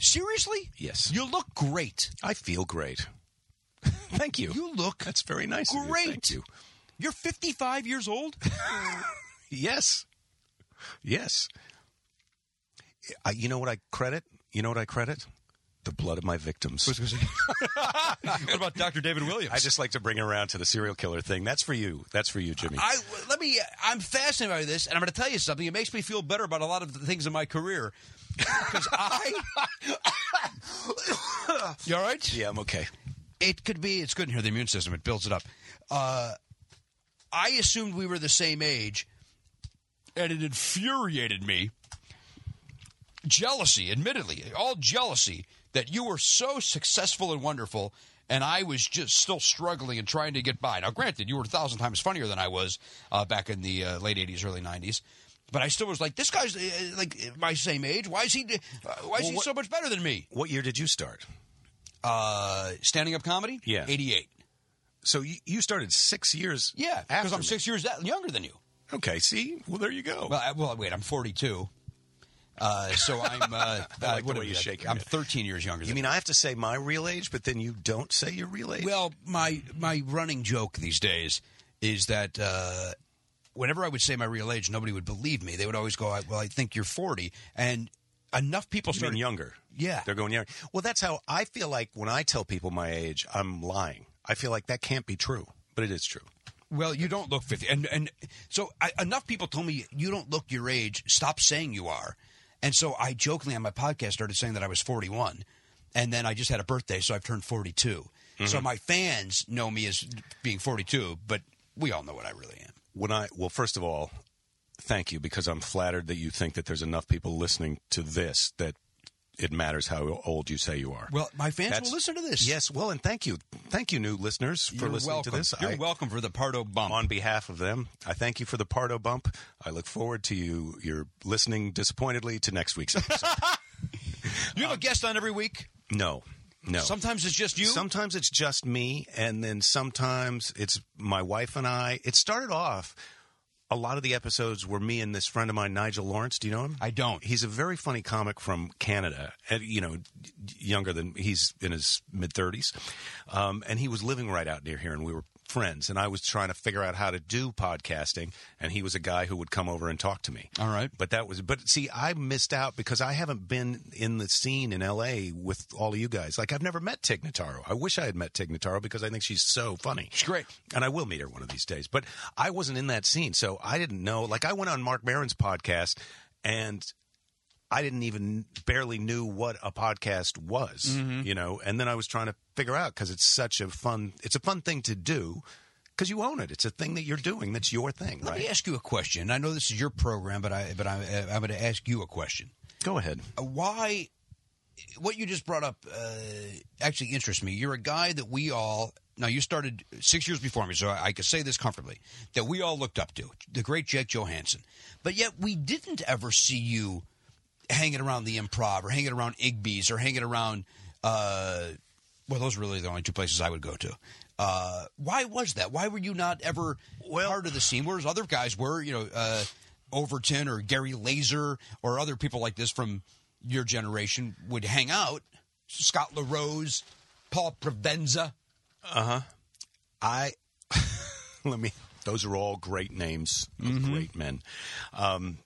Speaker 2: Seriously?
Speaker 3: Yes.
Speaker 2: You look great.
Speaker 3: I feel great. Thank you.
Speaker 2: You look
Speaker 3: That's very nice. of you.
Speaker 2: great.
Speaker 3: Thank you.
Speaker 2: You're 55 years old.
Speaker 3: Yes. Yes. I, you know what I credit? You know what I credit? The blood of my victims.
Speaker 1: what about Dr. David Williams?
Speaker 3: I just like to bring it around to the serial killer thing. That's for you. That's for you, Jimmy.
Speaker 2: I let me. I'm fascinated by this, and I'm going to tell you something. It makes me feel better about a lot of the things in my career because I. you all right?
Speaker 3: yeah, I'm okay.
Speaker 2: It could be. It's good in here. The immune system it builds it up. Uh, I assumed we were the same age, and it infuriated me. Jealousy, admittedly, all jealousy that you were so successful and wonderful, and I was just still struggling and trying to get by. Now, granted, you were a thousand times funnier than I was uh, back in the uh, late '80s, early '90s. But I still was like, this guy's uh, like my same age. Why is he? Uh, why is he so much better than me?
Speaker 3: What year did you start?
Speaker 2: Uh, standing up comedy,
Speaker 3: Yeah.
Speaker 2: '88.
Speaker 3: So you, you started six years.
Speaker 2: Yeah, because
Speaker 3: after
Speaker 2: I'm
Speaker 3: me.
Speaker 2: six years that, younger than you.
Speaker 3: Okay. See. Well, there you go.
Speaker 2: Well, I, well, wait, I'm 42. Uh, so I'm. Uh, uh,
Speaker 3: the
Speaker 2: what
Speaker 3: way
Speaker 2: am
Speaker 3: you
Speaker 2: I?
Speaker 3: shake your
Speaker 2: I'm
Speaker 3: head.
Speaker 2: 13 years younger.
Speaker 3: you
Speaker 2: than
Speaker 3: mean I have to say my real age, but then you don't say your real age?
Speaker 2: Well, my my running joke these days is that uh, whenever I would say my real age, nobody would believe me. They would always go, "I- "Well, I think you're 40," and enough people
Speaker 3: You mean
Speaker 2: started
Speaker 3: younger?
Speaker 2: Yeah.
Speaker 3: They're going younger. Well, that's how I feel like when I tell people my age, I'm lying. I feel like that can't be true, but it is true.
Speaker 2: Well, you don't look 50. And and so I, enough people told me you don't look your age. Stop saying you are. And so I jokingly on my podcast started saying that I was 41. And then I just had a birthday, so I've turned
Speaker 3: Mm-hmm.
Speaker 2: 42. So my fans know me as being 42, but we all know what I really am.
Speaker 3: when I well, first of all, thank you because I'm flattered that you think that there's enough people listening to this that it matters how old you say you are.
Speaker 2: Well, my fans
Speaker 3: That's-
Speaker 2: will listen to this.
Speaker 3: Yes, well, and thank you, thank you, new listeners, for
Speaker 2: You're
Speaker 3: listening
Speaker 2: welcome.
Speaker 3: to this.
Speaker 2: You're
Speaker 3: I-
Speaker 2: welcome for the Pardo bump.
Speaker 3: on behalf of them, I thank you for the Pardo bump. I look forward to you. You're listening disappointedly to next week's episode.
Speaker 2: you have a guest on every week.
Speaker 3: no, no.
Speaker 2: Sometimes it's just you.
Speaker 3: Sometimes it's just me, and then sometimes it's my wife and I. It started off. A lot of the episodes were me and this friend of mine, Nigel Lawrence. Do you know him?
Speaker 2: I don't.
Speaker 3: He's a very funny comic from Canada. And, you know, younger than he's in his mid thirties, um, and he was living right out near here, and we were friends. And I was trying to figure out how to do podcasting, and he was a guy who would come over and talk to me.
Speaker 2: All right.
Speaker 3: But that was, but see, I missed out because I haven't been in the scene in LA with all of you guys. Like, I've never met Tig Notaro. I wish I had met Tig Notaro because I think she's so funny.
Speaker 2: She's great.
Speaker 3: And I will meet her one of these days. But I wasn't in that scene. So I didn't know. Like, I went on Mark Maron's podcast and I didn't even barely knew what a podcast was, you know. And then I was trying to figure out because it's such a fun, it's a fun thing to do because you own it. It's a thing that you're doing. That's your thing,
Speaker 2: Let me
Speaker 3: right?
Speaker 2: ask you a question. I know this is your program, but I but I, uh, I'm going to ask you a question.
Speaker 3: Go ahead.
Speaker 2: Uh, Why? What you just brought up uh, actually interests me. You're a guy that we all now you started six years before me, so I, I could say this comfortably that we all looked up to the great Jake Johansson, but yet we didn't ever see you hanging around the Improv or hanging around Igby's or hanging around. Uh, well, those are really the only two places I would go to. Uh, why was that? Why were you not ever part of the scene? Whereas other guys were, you know, uh, Overton or Gary Laser or other people like this from your generation would hang out. Scott LaRose, Paul Provenza.
Speaker 3: I let me. Those are all great names of great men. Um,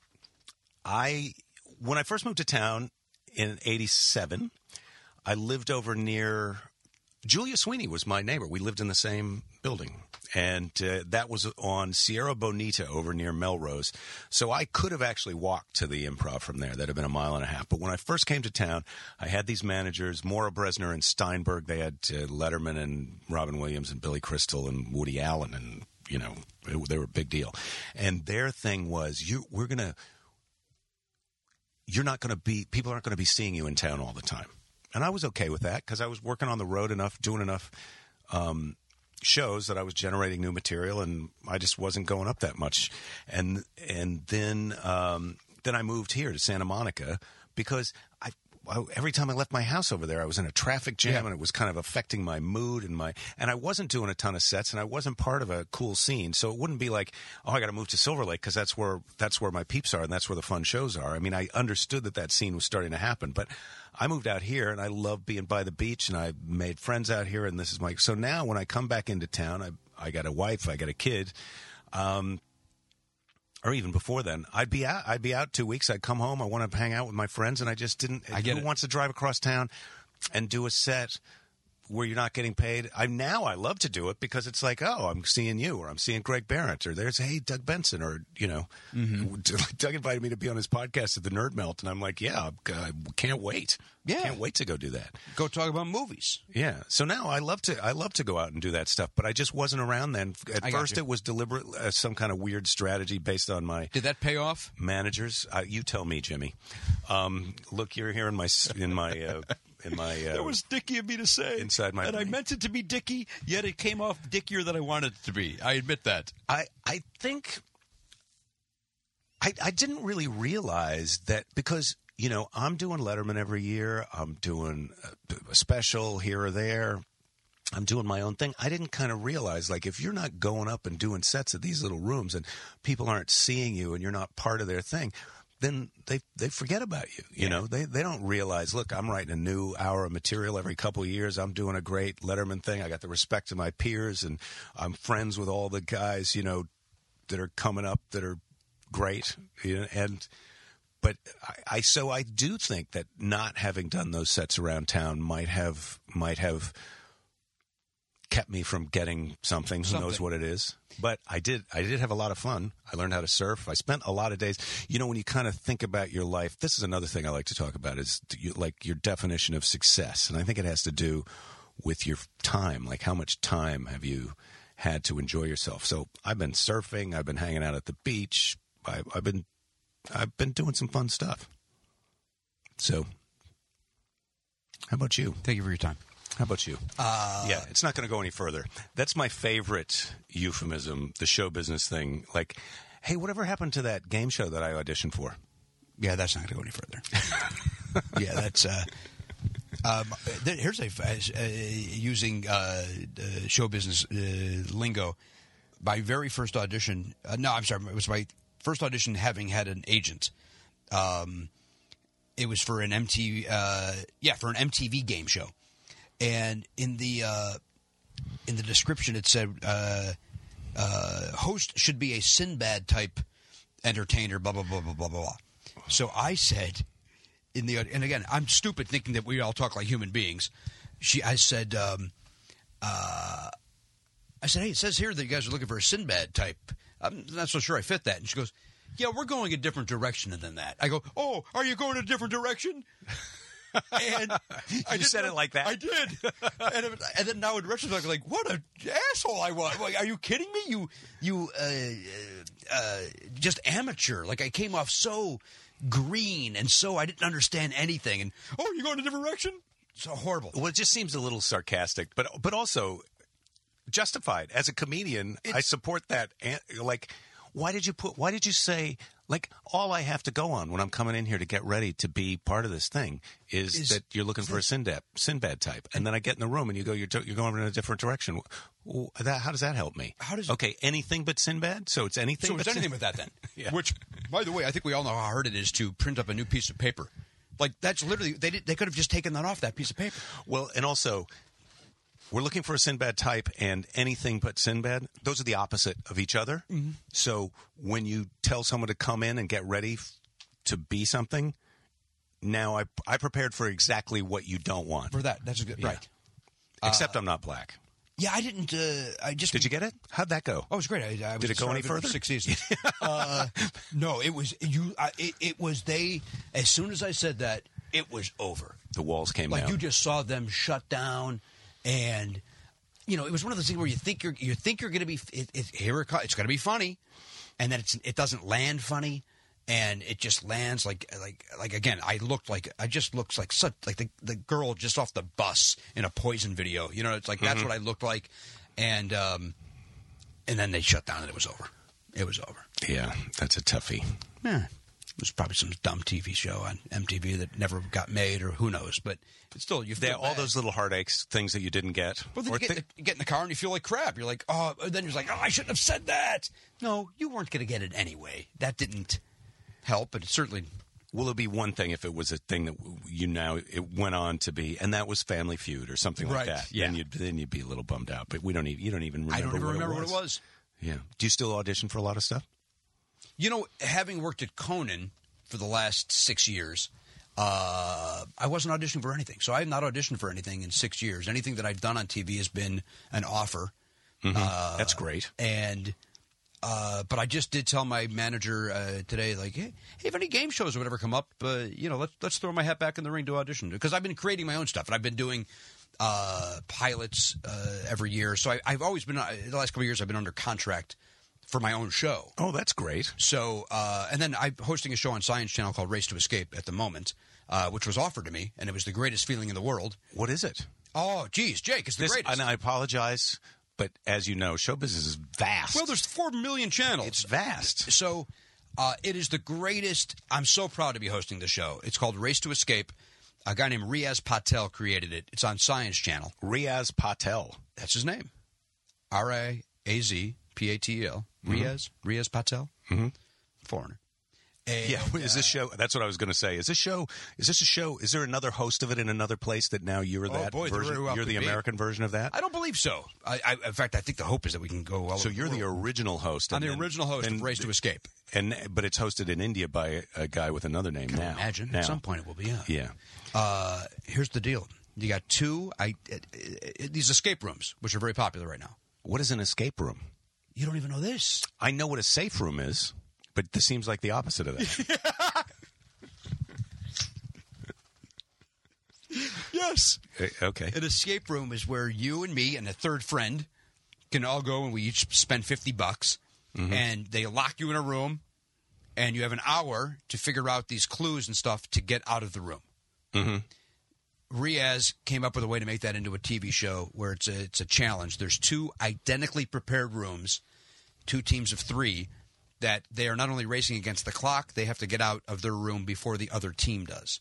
Speaker 3: I when I first moved to town in '87, I lived over near Julia Sweeney was my neighbor. We lived in the same building, and uh, that was on Sierra Bonita over near Melrose. So I could have actually walked to the Improv from there. That'd have been a mile and a half. But when I first came to town, I had these managers, Maura Bresner and Steinberg. They had uh, Letterman and Robin Williams and Billy Crystal and Woody Allen, and you know it- they were a big deal. And their thing was, you we're gonna you're not going to be people aren't going to be seeing you in town all the time and i was okay with that because i was working on the road enough doing enough um, shows that i was generating new material and i just wasn't going up that much and and then um, then i moved here to santa monica because I, I every time i left my house over there i was in a traffic jam and it was kind of affecting my mood and my and i wasn't doing a ton of sets and i wasn't part of a cool scene so it wouldn't be like oh i got to move to silver lake because that's where that's where my peeps are and that's where the fun shows are i mean i understood that that scene was starting to happen but i moved out here and i love being by the beach and i made friends out here and this is my so now when i come back into town i i got a wife i got a kid um or even before then, I'd be out. I'd be out two weeks. I'd come home. I want to hang out with my friends, and I just didn't.
Speaker 2: I get
Speaker 3: who
Speaker 2: it.
Speaker 3: wants to drive across town and do a set where you're not getting paid? I now I love to do it because it's like, oh, I'm seeing you, or I'm seeing Greg Barrett, or there's hey Doug Benson, or you know,
Speaker 2: Mm-hmm.
Speaker 3: Doug invited me to be on his podcast at the Nerd Melt, and I'm like, yeah, I can't wait.
Speaker 2: Yeah.
Speaker 3: can't wait to go do that.
Speaker 2: Go talk about movies.
Speaker 3: Yeah. So now I love to I love to go out and do that stuff, but I just wasn't around then. At
Speaker 2: I got
Speaker 3: first,
Speaker 2: you.
Speaker 3: it was deliberate, uh, some kind of weird strategy based on my
Speaker 2: Did that pay off?
Speaker 3: managers. Uh, you tell me, Jimmy. Um, look, you're here in my s- in my uh, in my. Uh,
Speaker 1: That was dicky of me to say.
Speaker 3: Inside my
Speaker 1: And I
Speaker 3: brain.
Speaker 1: meant it to be dicky, yet it came off dickier than I wanted it to be. I admit that.
Speaker 3: I I think I I didn't really realize that because you know I'm doing Letterman every year. I'm doing a, a special here or there. I'm doing my own thing. I didn't kind of realize like if you're not going up and doing sets at these little rooms and people aren't seeing you and you're not part of their thing, then they they forget about you. You know, they they don't realize, look, I'm writing a new hour of material every couple of years. I'm doing a great Letterman thing. I got the respect of my peers and I'm friends with all the guys, you know, that are coming up that are great. You know, and but I, I so I do think that not having done those sets around town might have might have kept me from getting something. Who knows
Speaker 2: Something.
Speaker 3: what it is? But I did. I did have a lot of fun. I learned how to surf. I spent a lot of days. You know, when you kind of think about your life, this is another thing I like to talk about is you, like your definition of success, and I think it has to do with your time. Like how much time have you had to enjoy yourself. So I've been surfing. I've been hanging out at the beach. I, I've been I've been doing some fun stuff. So, how about you?
Speaker 1: Thank you for your time.
Speaker 3: How about you? yeah, it's not going to go any further. That's my favorite euphemism, the show business thing. Like, hey, whatever happened to that game show that I auditioned for?
Speaker 2: Yeah, that's not going to go any further. yeah, that's. Uh, um, th- here's a f- uh, using uh, uh, show business uh, lingo. My very first audition. Uh, no, I'm sorry. It was my first audition having had an agent. Um, it was for an MTV. Uh, yeah, for an MTV game show, and in the uh, in the description it said uh, uh, host should be a Sinbad type entertainer. Blah blah blah blah blah blah. blah. So I said in the and again I'm stupid thinking that we all talk like human beings. She I said um, uh, I said hey it says here that you guys are looking for a Sinbad type. I'm not so sure I fit that. And she goes. Yeah, we're going a different direction than that. I go, oh, are you going a different direction? and I
Speaker 3: You said
Speaker 2: didn't-
Speaker 3: it like that.
Speaker 2: I did, and, it, and then now in retrospect, I'm like, what an asshole I was! Like, are you kidding me? You, you, uh, uh, just amateur. Like I came off so green and so I didn't understand anything. And oh, you're going a different direction? So horrible.
Speaker 3: Well, it just seems a little sarcastic, but but also justified. As a comedian, I support that. And, Like, why did you put? Why did you say? Like, all I have to go on when I'm coming in here to get ready to be part of this thing is,
Speaker 2: Is-
Speaker 3: that you're looking for a Sinbad, Sinbad type, and then I get in the room and you go, you're to- you're going in a different direction. Wh- wh- That, how does that help me?
Speaker 2: How does-
Speaker 3: okay anything but Sinbad? So it's anything.
Speaker 2: So it's
Speaker 3: but
Speaker 2: anything but
Speaker 3: Sin-
Speaker 2: that then.
Speaker 3: Yeah.
Speaker 2: Which, by the way, I think we all know how hard it is to print up a new piece of paper. Like that's literally they did, they could have just taken that off that piece of paper.
Speaker 3: Well, and also, we're looking for a Sinbad type and anything but Sinbad. Those are the opposite of each other.
Speaker 2: Mm-hmm.
Speaker 3: So when you tell someone to come in and get ready f- to be something, now I, I prepared for exactly what you don't want,
Speaker 2: For uh, that, that's a good right.
Speaker 3: except I'm not black.
Speaker 2: Yeah, I didn't. Uh, I just
Speaker 3: Did you get it? How'd that go?
Speaker 2: Oh, it was great. I, I was
Speaker 3: Did it
Speaker 2: the
Speaker 3: go
Speaker 2: starter
Speaker 3: any
Speaker 2: for
Speaker 3: further?
Speaker 2: Six seasons. uh, no, it was you. I, it, it was they. As soon as I said that, it was over.
Speaker 3: The walls came
Speaker 2: Like
Speaker 3: down.
Speaker 2: you just saw them shut down, and you know it was one of those things where you think you're you think you're going to be it, it, here. It, co- it's going to be funny, and then it's it doesn't land funny, and it just lands like like like again. I looked like I just looked like such like the the girl just off the bus in a poison video. You know, it's like
Speaker 3: Mm-hmm.
Speaker 2: that's what I looked like, and um, and then they shut down and it was over. It was over.
Speaker 3: yeah, that's a toughie.
Speaker 2: Eh, it was probably some dumb TV show on MTV that never got made, or who knows. But it's still, you feel
Speaker 3: There, all
Speaker 2: bad.
Speaker 3: those little heartaches, things that you didn't get.
Speaker 2: Well, then
Speaker 3: Or
Speaker 2: you get,
Speaker 3: thi-
Speaker 2: you get in the car and you feel like crap. You're like, oh, and then you're like, oh, I shouldn't have said that. No, you weren't going to get it anyway. That didn't help, but it certainly.
Speaker 3: Well, it'd be one thing if it was a thing that w- you now it went on to be, and that was Family Feud or something
Speaker 2: Right,
Speaker 3: like that.
Speaker 2: yeah.
Speaker 3: Then you'd then you'd be a little bummed out. But we don't even you don't even remember.
Speaker 2: I don't even
Speaker 3: what
Speaker 2: remember
Speaker 3: it
Speaker 2: what
Speaker 3: was.
Speaker 2: it was.
Speaker 3: Yeah. Do you still audition for a lot of stuff?
Speaker 2: You know, having worked at Conan for the last six years, uh, I wasn't auditioning for anything. So I have not auditioned for anything in six years. Anything that I've done on TV has been an offer. Uh,
Speaker 3: That's great.
Speaker 2: and uh, but I just did tell my manager uh, today, like, hey, hey, if any game shows or whatever come up, uh, you know, let's let's throw my hat back in the ring to audition because I've been creating my own stuff and I've been doing uh, pilots uh, every year, so I, I've always been uh, the last couple of years I've been under contract for my own show.
Speaker 3: Oh, that's great.
Speaker 2: So, uh, and then I'm hosting a show on Science Channel called Race to Escape at the moment, uh, which was offered to me, and it was the greatest feeling in the world.
Speaker 3: What is it?
Speaker 2: Oh, geez, Jake, it's the
Speaker 3: This,
Speaker 2: greatest.
Speaker 3: and I apologize, but as you know, show business is vast.
Speaker 2: well, there's four million channels.
Speaker 3: it's vast.
Speaker 2: So uh, it is the greatest. I'm so proud to be hosting the show. It's called Race to Escape. A guy named Riaz Patel created it. It's on Science Channel.
Speaker 3: Riaz Patel.
Speaker 2: That's his name. R I A Z P A T E L.
Speaker 3: Mm-hmm.
Speaker 2: Riaz. Riaz Patel. Mm-hmm. Foreigner. And,
Speaker 3: Yeah, what is this show? That's what I was going to say. Is this show? Is this a show? Is there another host of it in another place that now you're that
Speaker 2: Oh, boy, there
Speaker 3: version?
Speaker 2: very well
Speaker 3: You're
Speaker 2: could
Speaker 3: the
Speaker 2: be.
Speaker 3: American version of that.
Speaker 2: I don't believe so. I, I, in fact, I think the hope is that we can go all
Speaker 3: so
Speaker 2: over
Speaker 3: you're the
Speaker 2: world.
Speaker 3: original host.
Speaker 2: I'm
Speaker 3: and
Speaker 2: the
Speaker 3: then-
Speaker 2: original host
Speaker 3: then
Speaker 2: of Race to Escape.
Speaker 3: and but it's hosted in India by a, a guy with another name now.
Speaker 2: Imagine
Speaker 3: Now.
Speaker 2: at some point it will be out.
Speaker 3: Yeah,
Speaker 2: Uh, here's the deal. You got two. I it, it, it- these escape rooms, which are very popular right now.
Speaker 3: what is an escape room?
Speaker 2: You don't even know this.
Speaker 3: I know what a safe room is, but this seems like the opposite of that.
Speaker 2: Yes.
Speaker 3: Uh, okay, Eh,
Speaker 2: An escape room is where you and me and a third friend can all go and we each spend 50 bucks and they lock you in a room and you have an hour to figure out these clues and stuff to get out of the room. Riaz came up with a way to make that into a TV show where it's a, it's a challenge. There's two identically prepared rooms, two teams of three, that they are not only racing against the clock, they have to get out of their room before the other team does.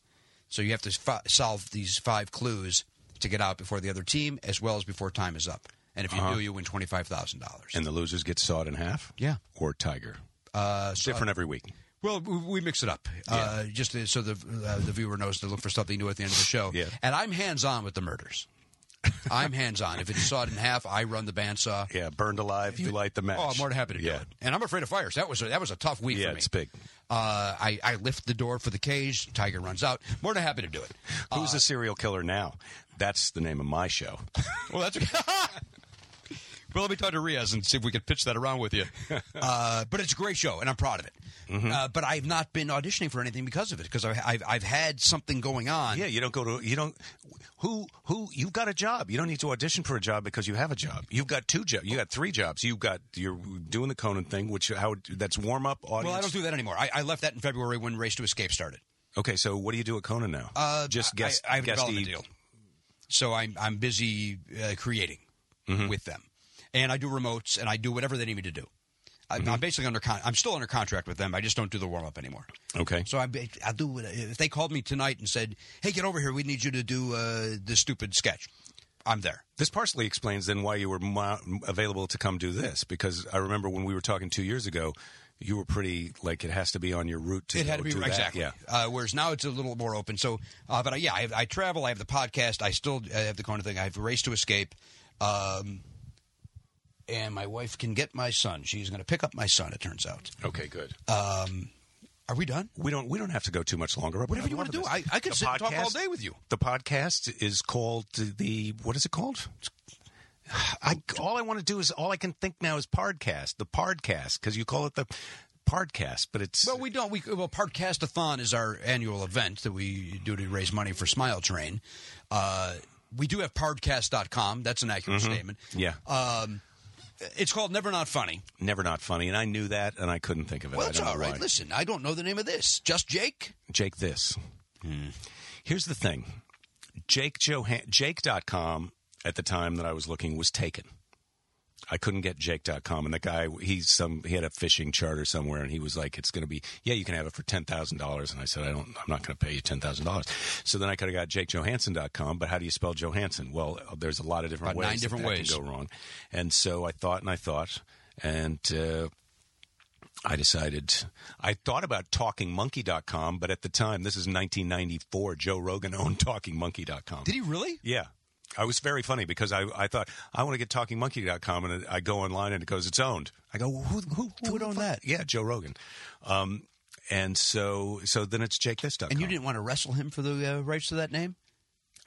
Speaker 2: So you have to fi- solve these five clues to get out before the other team, as well as before time is up. And if you do, you win twenty five thousand dollars.
Speaker 3: And the losers get sawed in half?
Speaker 2: Yeah.
Speaker 3: Or tiger?
Speaker 2: Uh, so-
Speaker 3: Different every week.
Speaker 2: well, we we mix it up uh, just to- so the uh, the viewer knows to look for something new at the end of the show.
Speaker 3: Yeah.
Speaker 2: And I'm hands on with the murders. I'm hands on. If it's sawed in half, I run the bandsaw.
Speaker 3: Yeah, burned alive, you light the match.
Speaker 2: Oh, I'm more than happy to do
Speaker 3: Yeah.
Speaker 2: it. And I'm afraid of fires. That was a, that was a tough week
Speaker 3: Yeah,
Speaker 2: for me.
Speaker 3: it's big.
Speaker 2: Uh, I, I lift the door for the cage. Tiger runs out. More than happy to do it.
Speaker 3: Who's
Speaker 2: Uh,
Speaker 3: a serial killer now? That's the name of my show.
Speaker 1: Well, that's well. Let me talk to Riaz and see if we can pitch that around with you.
Speaker 2: Uh, but it's a great show, and I'm proud of it.
Speaker 3: Mm-hmm.
Speaker 2: Uh, but I've not been auditioning for anything because of it because I've, I've I've had something going on.
Speaker 3: Yeah, you don't go to you don't who who you've got a job. You don't need to audition for a job because you have a job. You've got two jobs. You got three jobs. You've got you're doing the Conan thing, which how that's warm up audience.
Speaker 2: Well, I don't do that anymore. I, I left that in February when Race to Escape started.
Speaker 3: okay, so what do you do at Conan now?
Speaker 2: Uh,
Speaker 3: Just e-
Speaker 2: I-
Speaker 3: guess.
Speaker 2: I, I have a
Speaker 3: guess
Speaker 2: development deal, so I'm I'm busy uh, creating
Speaker 3: Mm-hmm.
Speaker 2: with them, and I do remotes and I do whatever they need me to do. I'm,
Speaker 3: Mm-hmm.
Speaker 2: I'm basically under con- I'm still under contract with them. I just don't do the warm up anymore.
Speaker 3: Okay.
Speaker 2: So I ba- I do what- if they called me tonight and said, "Hey, get over here. We need you to do uh, this stupid sketch." I'm there.
Speaker 3: This partially explains then why you were mo- available to come do this because I remember when we were talking two years ago, you were pretty like it has to be on your route to
Speaker 2: It had
Speaker 3: go
Speaker 2: to be
Speaker 3: do that.
Speaker 2: exactly.
Speaker 3: Yeah.
Speaker 2: Uh, whereas now it's a little more open. So, uh, but uh, yeah, I, I travel. I have the podcast. I still I have the corner thing. I have Race to Escape, um, and my wife can get my son. She's going to pick up my son. It turns out.
Speaker 3: Okay. Good.
Speaker 2: Are we done?
Speaker 3: we don't. We don't have to go too much longer. Whatever
Speaker 2: you wanna do. I- I could sit and talk all day with you.
Speaker 3: The podcast is called the. What is it called? I all I want to do is all I can think now is podcast. The podcast because you call it the podcast, but it's
Speaker 2: Well, we don't. We well, Podcastathon is our annual event that we do to raise money for Smile Train. Uh, we do have podcast.com. That's an accurate statement.
Speaker 3: yeah,
Speaker 2: Um, it's called Never Not Funny.
Speaker 3: never not funny. And I knew that, and I couldn't think of it.
Speaker 2: Well,
Speaker 3: I
Speaker 2: it's
Speaker 3: don't know
Speaker 2: all right.
Speaker 3: why.
Speaker 2: Listen, I don't know the name of this. Just Jake.
Speaker 3: Jake this.
Speaker 2: Hmm.
Speaker 3: Here's the thing. Jake Johan Jake.com at the time that I was looking was taken. I couldn't get Jake.com and the guy he's some he had a fishing charter somewhere and he was like, It's gonna be yeah, you can have it for ten thousand dollars and I said, I don't I'm not gonna pay you ten thousand dollars. So then I could have got JakeJohansson.com, but how do you spell Johansson? Well, there's a lot of different
Speaker 2: About
Speaker 3: ways
Speaker 2: nine
Speaker 3: that
Speaker 2: different
Speaker 3: that
Speaker 2: ways.
Speaker 3: can go wrong. And so I thought and I thought and uh I decided I thought about talkingmonkey.com, but at the time, this is 1994, Joe Rogan owned talkingmonkey.com.
Speaker 2: Did he really?
Speaker 3: Yeah. I was very funny because I, I thought, I want to get talkingmonkey.com, and I go online and it goes, it's owned. I go, who, who, who would own that? Yeah, Joe Rogan. Um, and so, so then it's jakethis.com.
Speaker 2: And you didn't want to wrestle him for the uh, rights to that name?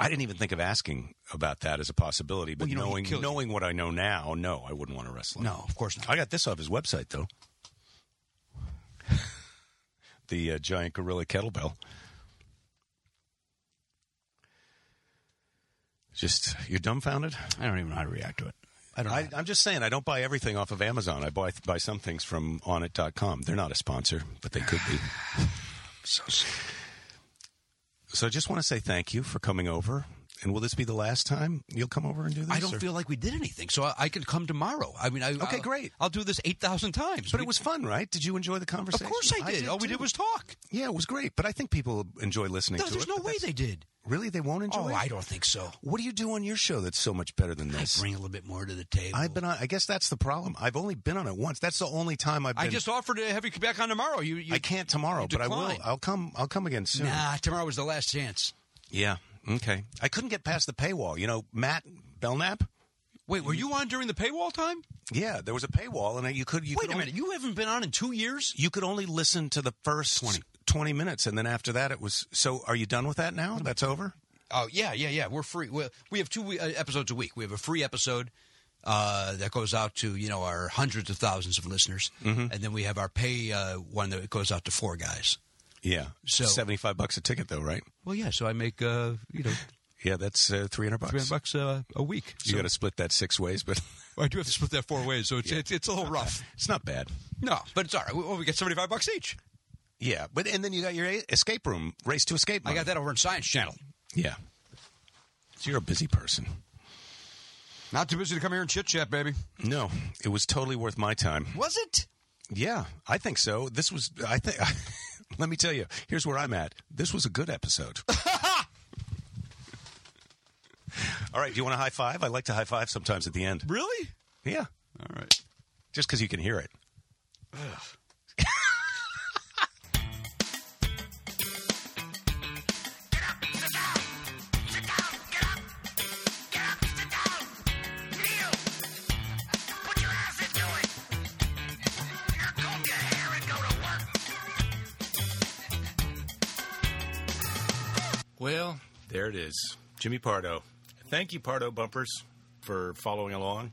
Speaker 3: I didn't even think of asking about that as a possibility,
Speaker 2: Well,
Speaker 3: but
Speaker 2: you know, he'd
Speaker 3: knowing
Speaker 2: kill you.
Speaker 3: knowing what I know now, no, I wouldn't want to wrestle. him.
Speaker 2: No, of course not.
Speaker 3: I got this off his website though. the uh, giant gorilla kettlebell. Just you're dumbfounded.
Speaker 2: I don't even know how to react to it. I don't know.
Speaker 3: I, I'm just saying I don't buy everything off of Amazon. I buy buy some things from onit.com. They're not a sponsor, but they could be.
Speaker 2: so sick.
Speaker 3: So I just want to say thank you for coming over. And will this be the last time you'll come over and do this?
Speaker 2: I don't
Speaker 3: or-
Speaker 2: feel like we did anything, so I, I could come tomorrow. I mean, I
Speaker 3: Okay,
Speaker 2: I'll-
Speaker 3: great.
Speaker 2: I'll do this eight thousand times.
Speaker 3: But
Speaker 2: We-
Speaker 3: it was fun, right? Did you enjoy the
Speaker 2: of
Speaker 3: conversation?
Speaker 2: course I did. All we
Speaker 3: too.
Speaker 2: did was talk.
Speaker 3: yeah, it was great. But I think people enjoy listening
Speaker 2: No,
Speaker 3: to
Speaker 2: there's
Speaker 3: it.
Speaker 2: no
Speaker 3: but
Speaker 2: way
Speaker 3: that's-
Speaker 2: they did.
Speaker 3: Really, they won't enjoy.
Speaker 2: Oh,
Speaker 3: it?
Speaker 2: I don't think so.
Speaker 3: What do you do on your show that's so much better than this?
Speaker 2: Bring a little bit more to the table.
Speaker 3: I've been on. I guess that's the problem. I've only been on it once. That's the only time I've been.
Speaker 2: I just offered to have you back on tomorrow. You, you
Speaker 3: I can't tomorrow, but I will.
Speaker 2: declined.
Speaker 3: I'll come. I'll come again soon.
Speaker 2: Nah, tomorrow was the last chance.
Speaker 3: Yeah. Okay. I couldn't get past the paywall. You know, Matt Belknap.
Speaker 2: Wait, were you on during the paywall time?
Speaker 3: Yeah, there was a paywall, and you could. You
Speaker 2: Wait
Speaker 3: could
Speaker 2: a
Speaker 3: only,
Speaker 2: minute, you haven't been on in two years.
Speaker 3: You could only listen to the first 20. 20 minutes, and then after that, it was. So, are you done with that now? That's over.
Speaker 2: Oh yeah, yeah, yeah. We're free. We we have two we- uh, episodes a week. We have a free episode uh, that goes out to you know our hundreds of thousands of listeners, and then we have our pay uh, one that goes out to four guys.
Speaker 3: Yeah.
Speaker 2: So-
Speaker 3: seventy-five bucks a ticket, though, right?
Speaker 2: Well, yeah. So I make uh, you know
Speaker 3: Yeah, that's uh, 300 bucks.
Speaker 1: 300 bucks uh, a week.
Speaker 3: You got to split that six ways, but
Speaker 1: I do have to split that four ways, so it's, it's, it's a little rough.
Speaker 3: it's not bad.
Speaker 1: No, but it's all right. We, well, we get 75 bucks each.
Speaker 3: Yeah, but and then you got your a- escape room race to escape.
Speaker 2: I
Speaker 3: money.
Speaker 2: got that over on Science Channel.
Speaker 3: Yeah. So you're a busy person.
Speaker 2: Not too busy to come here and chit chat, baby.
Speaker 3: No, it was totally worth my time.
Speaker 2: Was it?
Speaker 3: Yeah, I think so. This was, I think, let me tell you, here's where I'm at. This was a good episode. All right, do you want a high five? I like to high five sometimes at the end.
Speaker 1: Really?
Speaker 3: Yeah,
Speaker 1: All right.
Speaker 3: just because you can hear it. Well, there it is. Jimmy Pardo. Thank you, Pardo Bumpers, for following along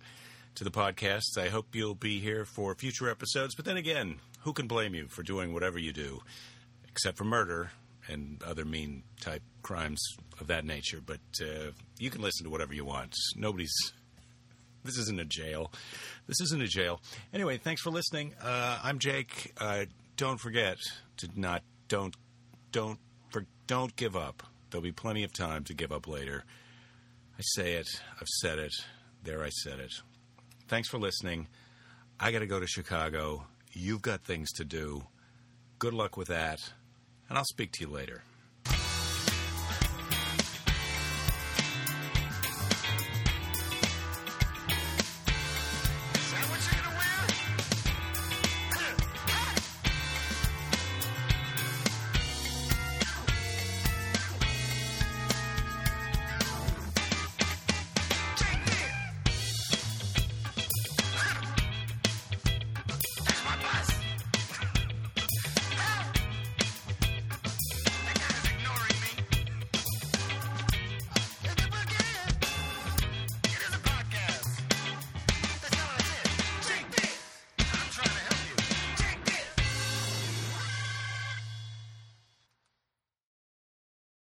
Speaker 3: to the podcast. I hope you'll be here for future episodes. But then again, who can blame you for doing whatever you do, except for murder and other mean type crimes of that nature? But uh, you can listen to whatever you want. Nobody's this isn't a jail. This isn't a jail. Anyway, thanks for listening. Uh, I'm Jake. Uh, don't forget to not don't don't for, don't give up. There'll be plenty of time to give up later. I say it. I've said it. There, I said it. Thanks for listening. I got to go to Chicago. You've got things to do. Good luck with that, and I'll speak to you later.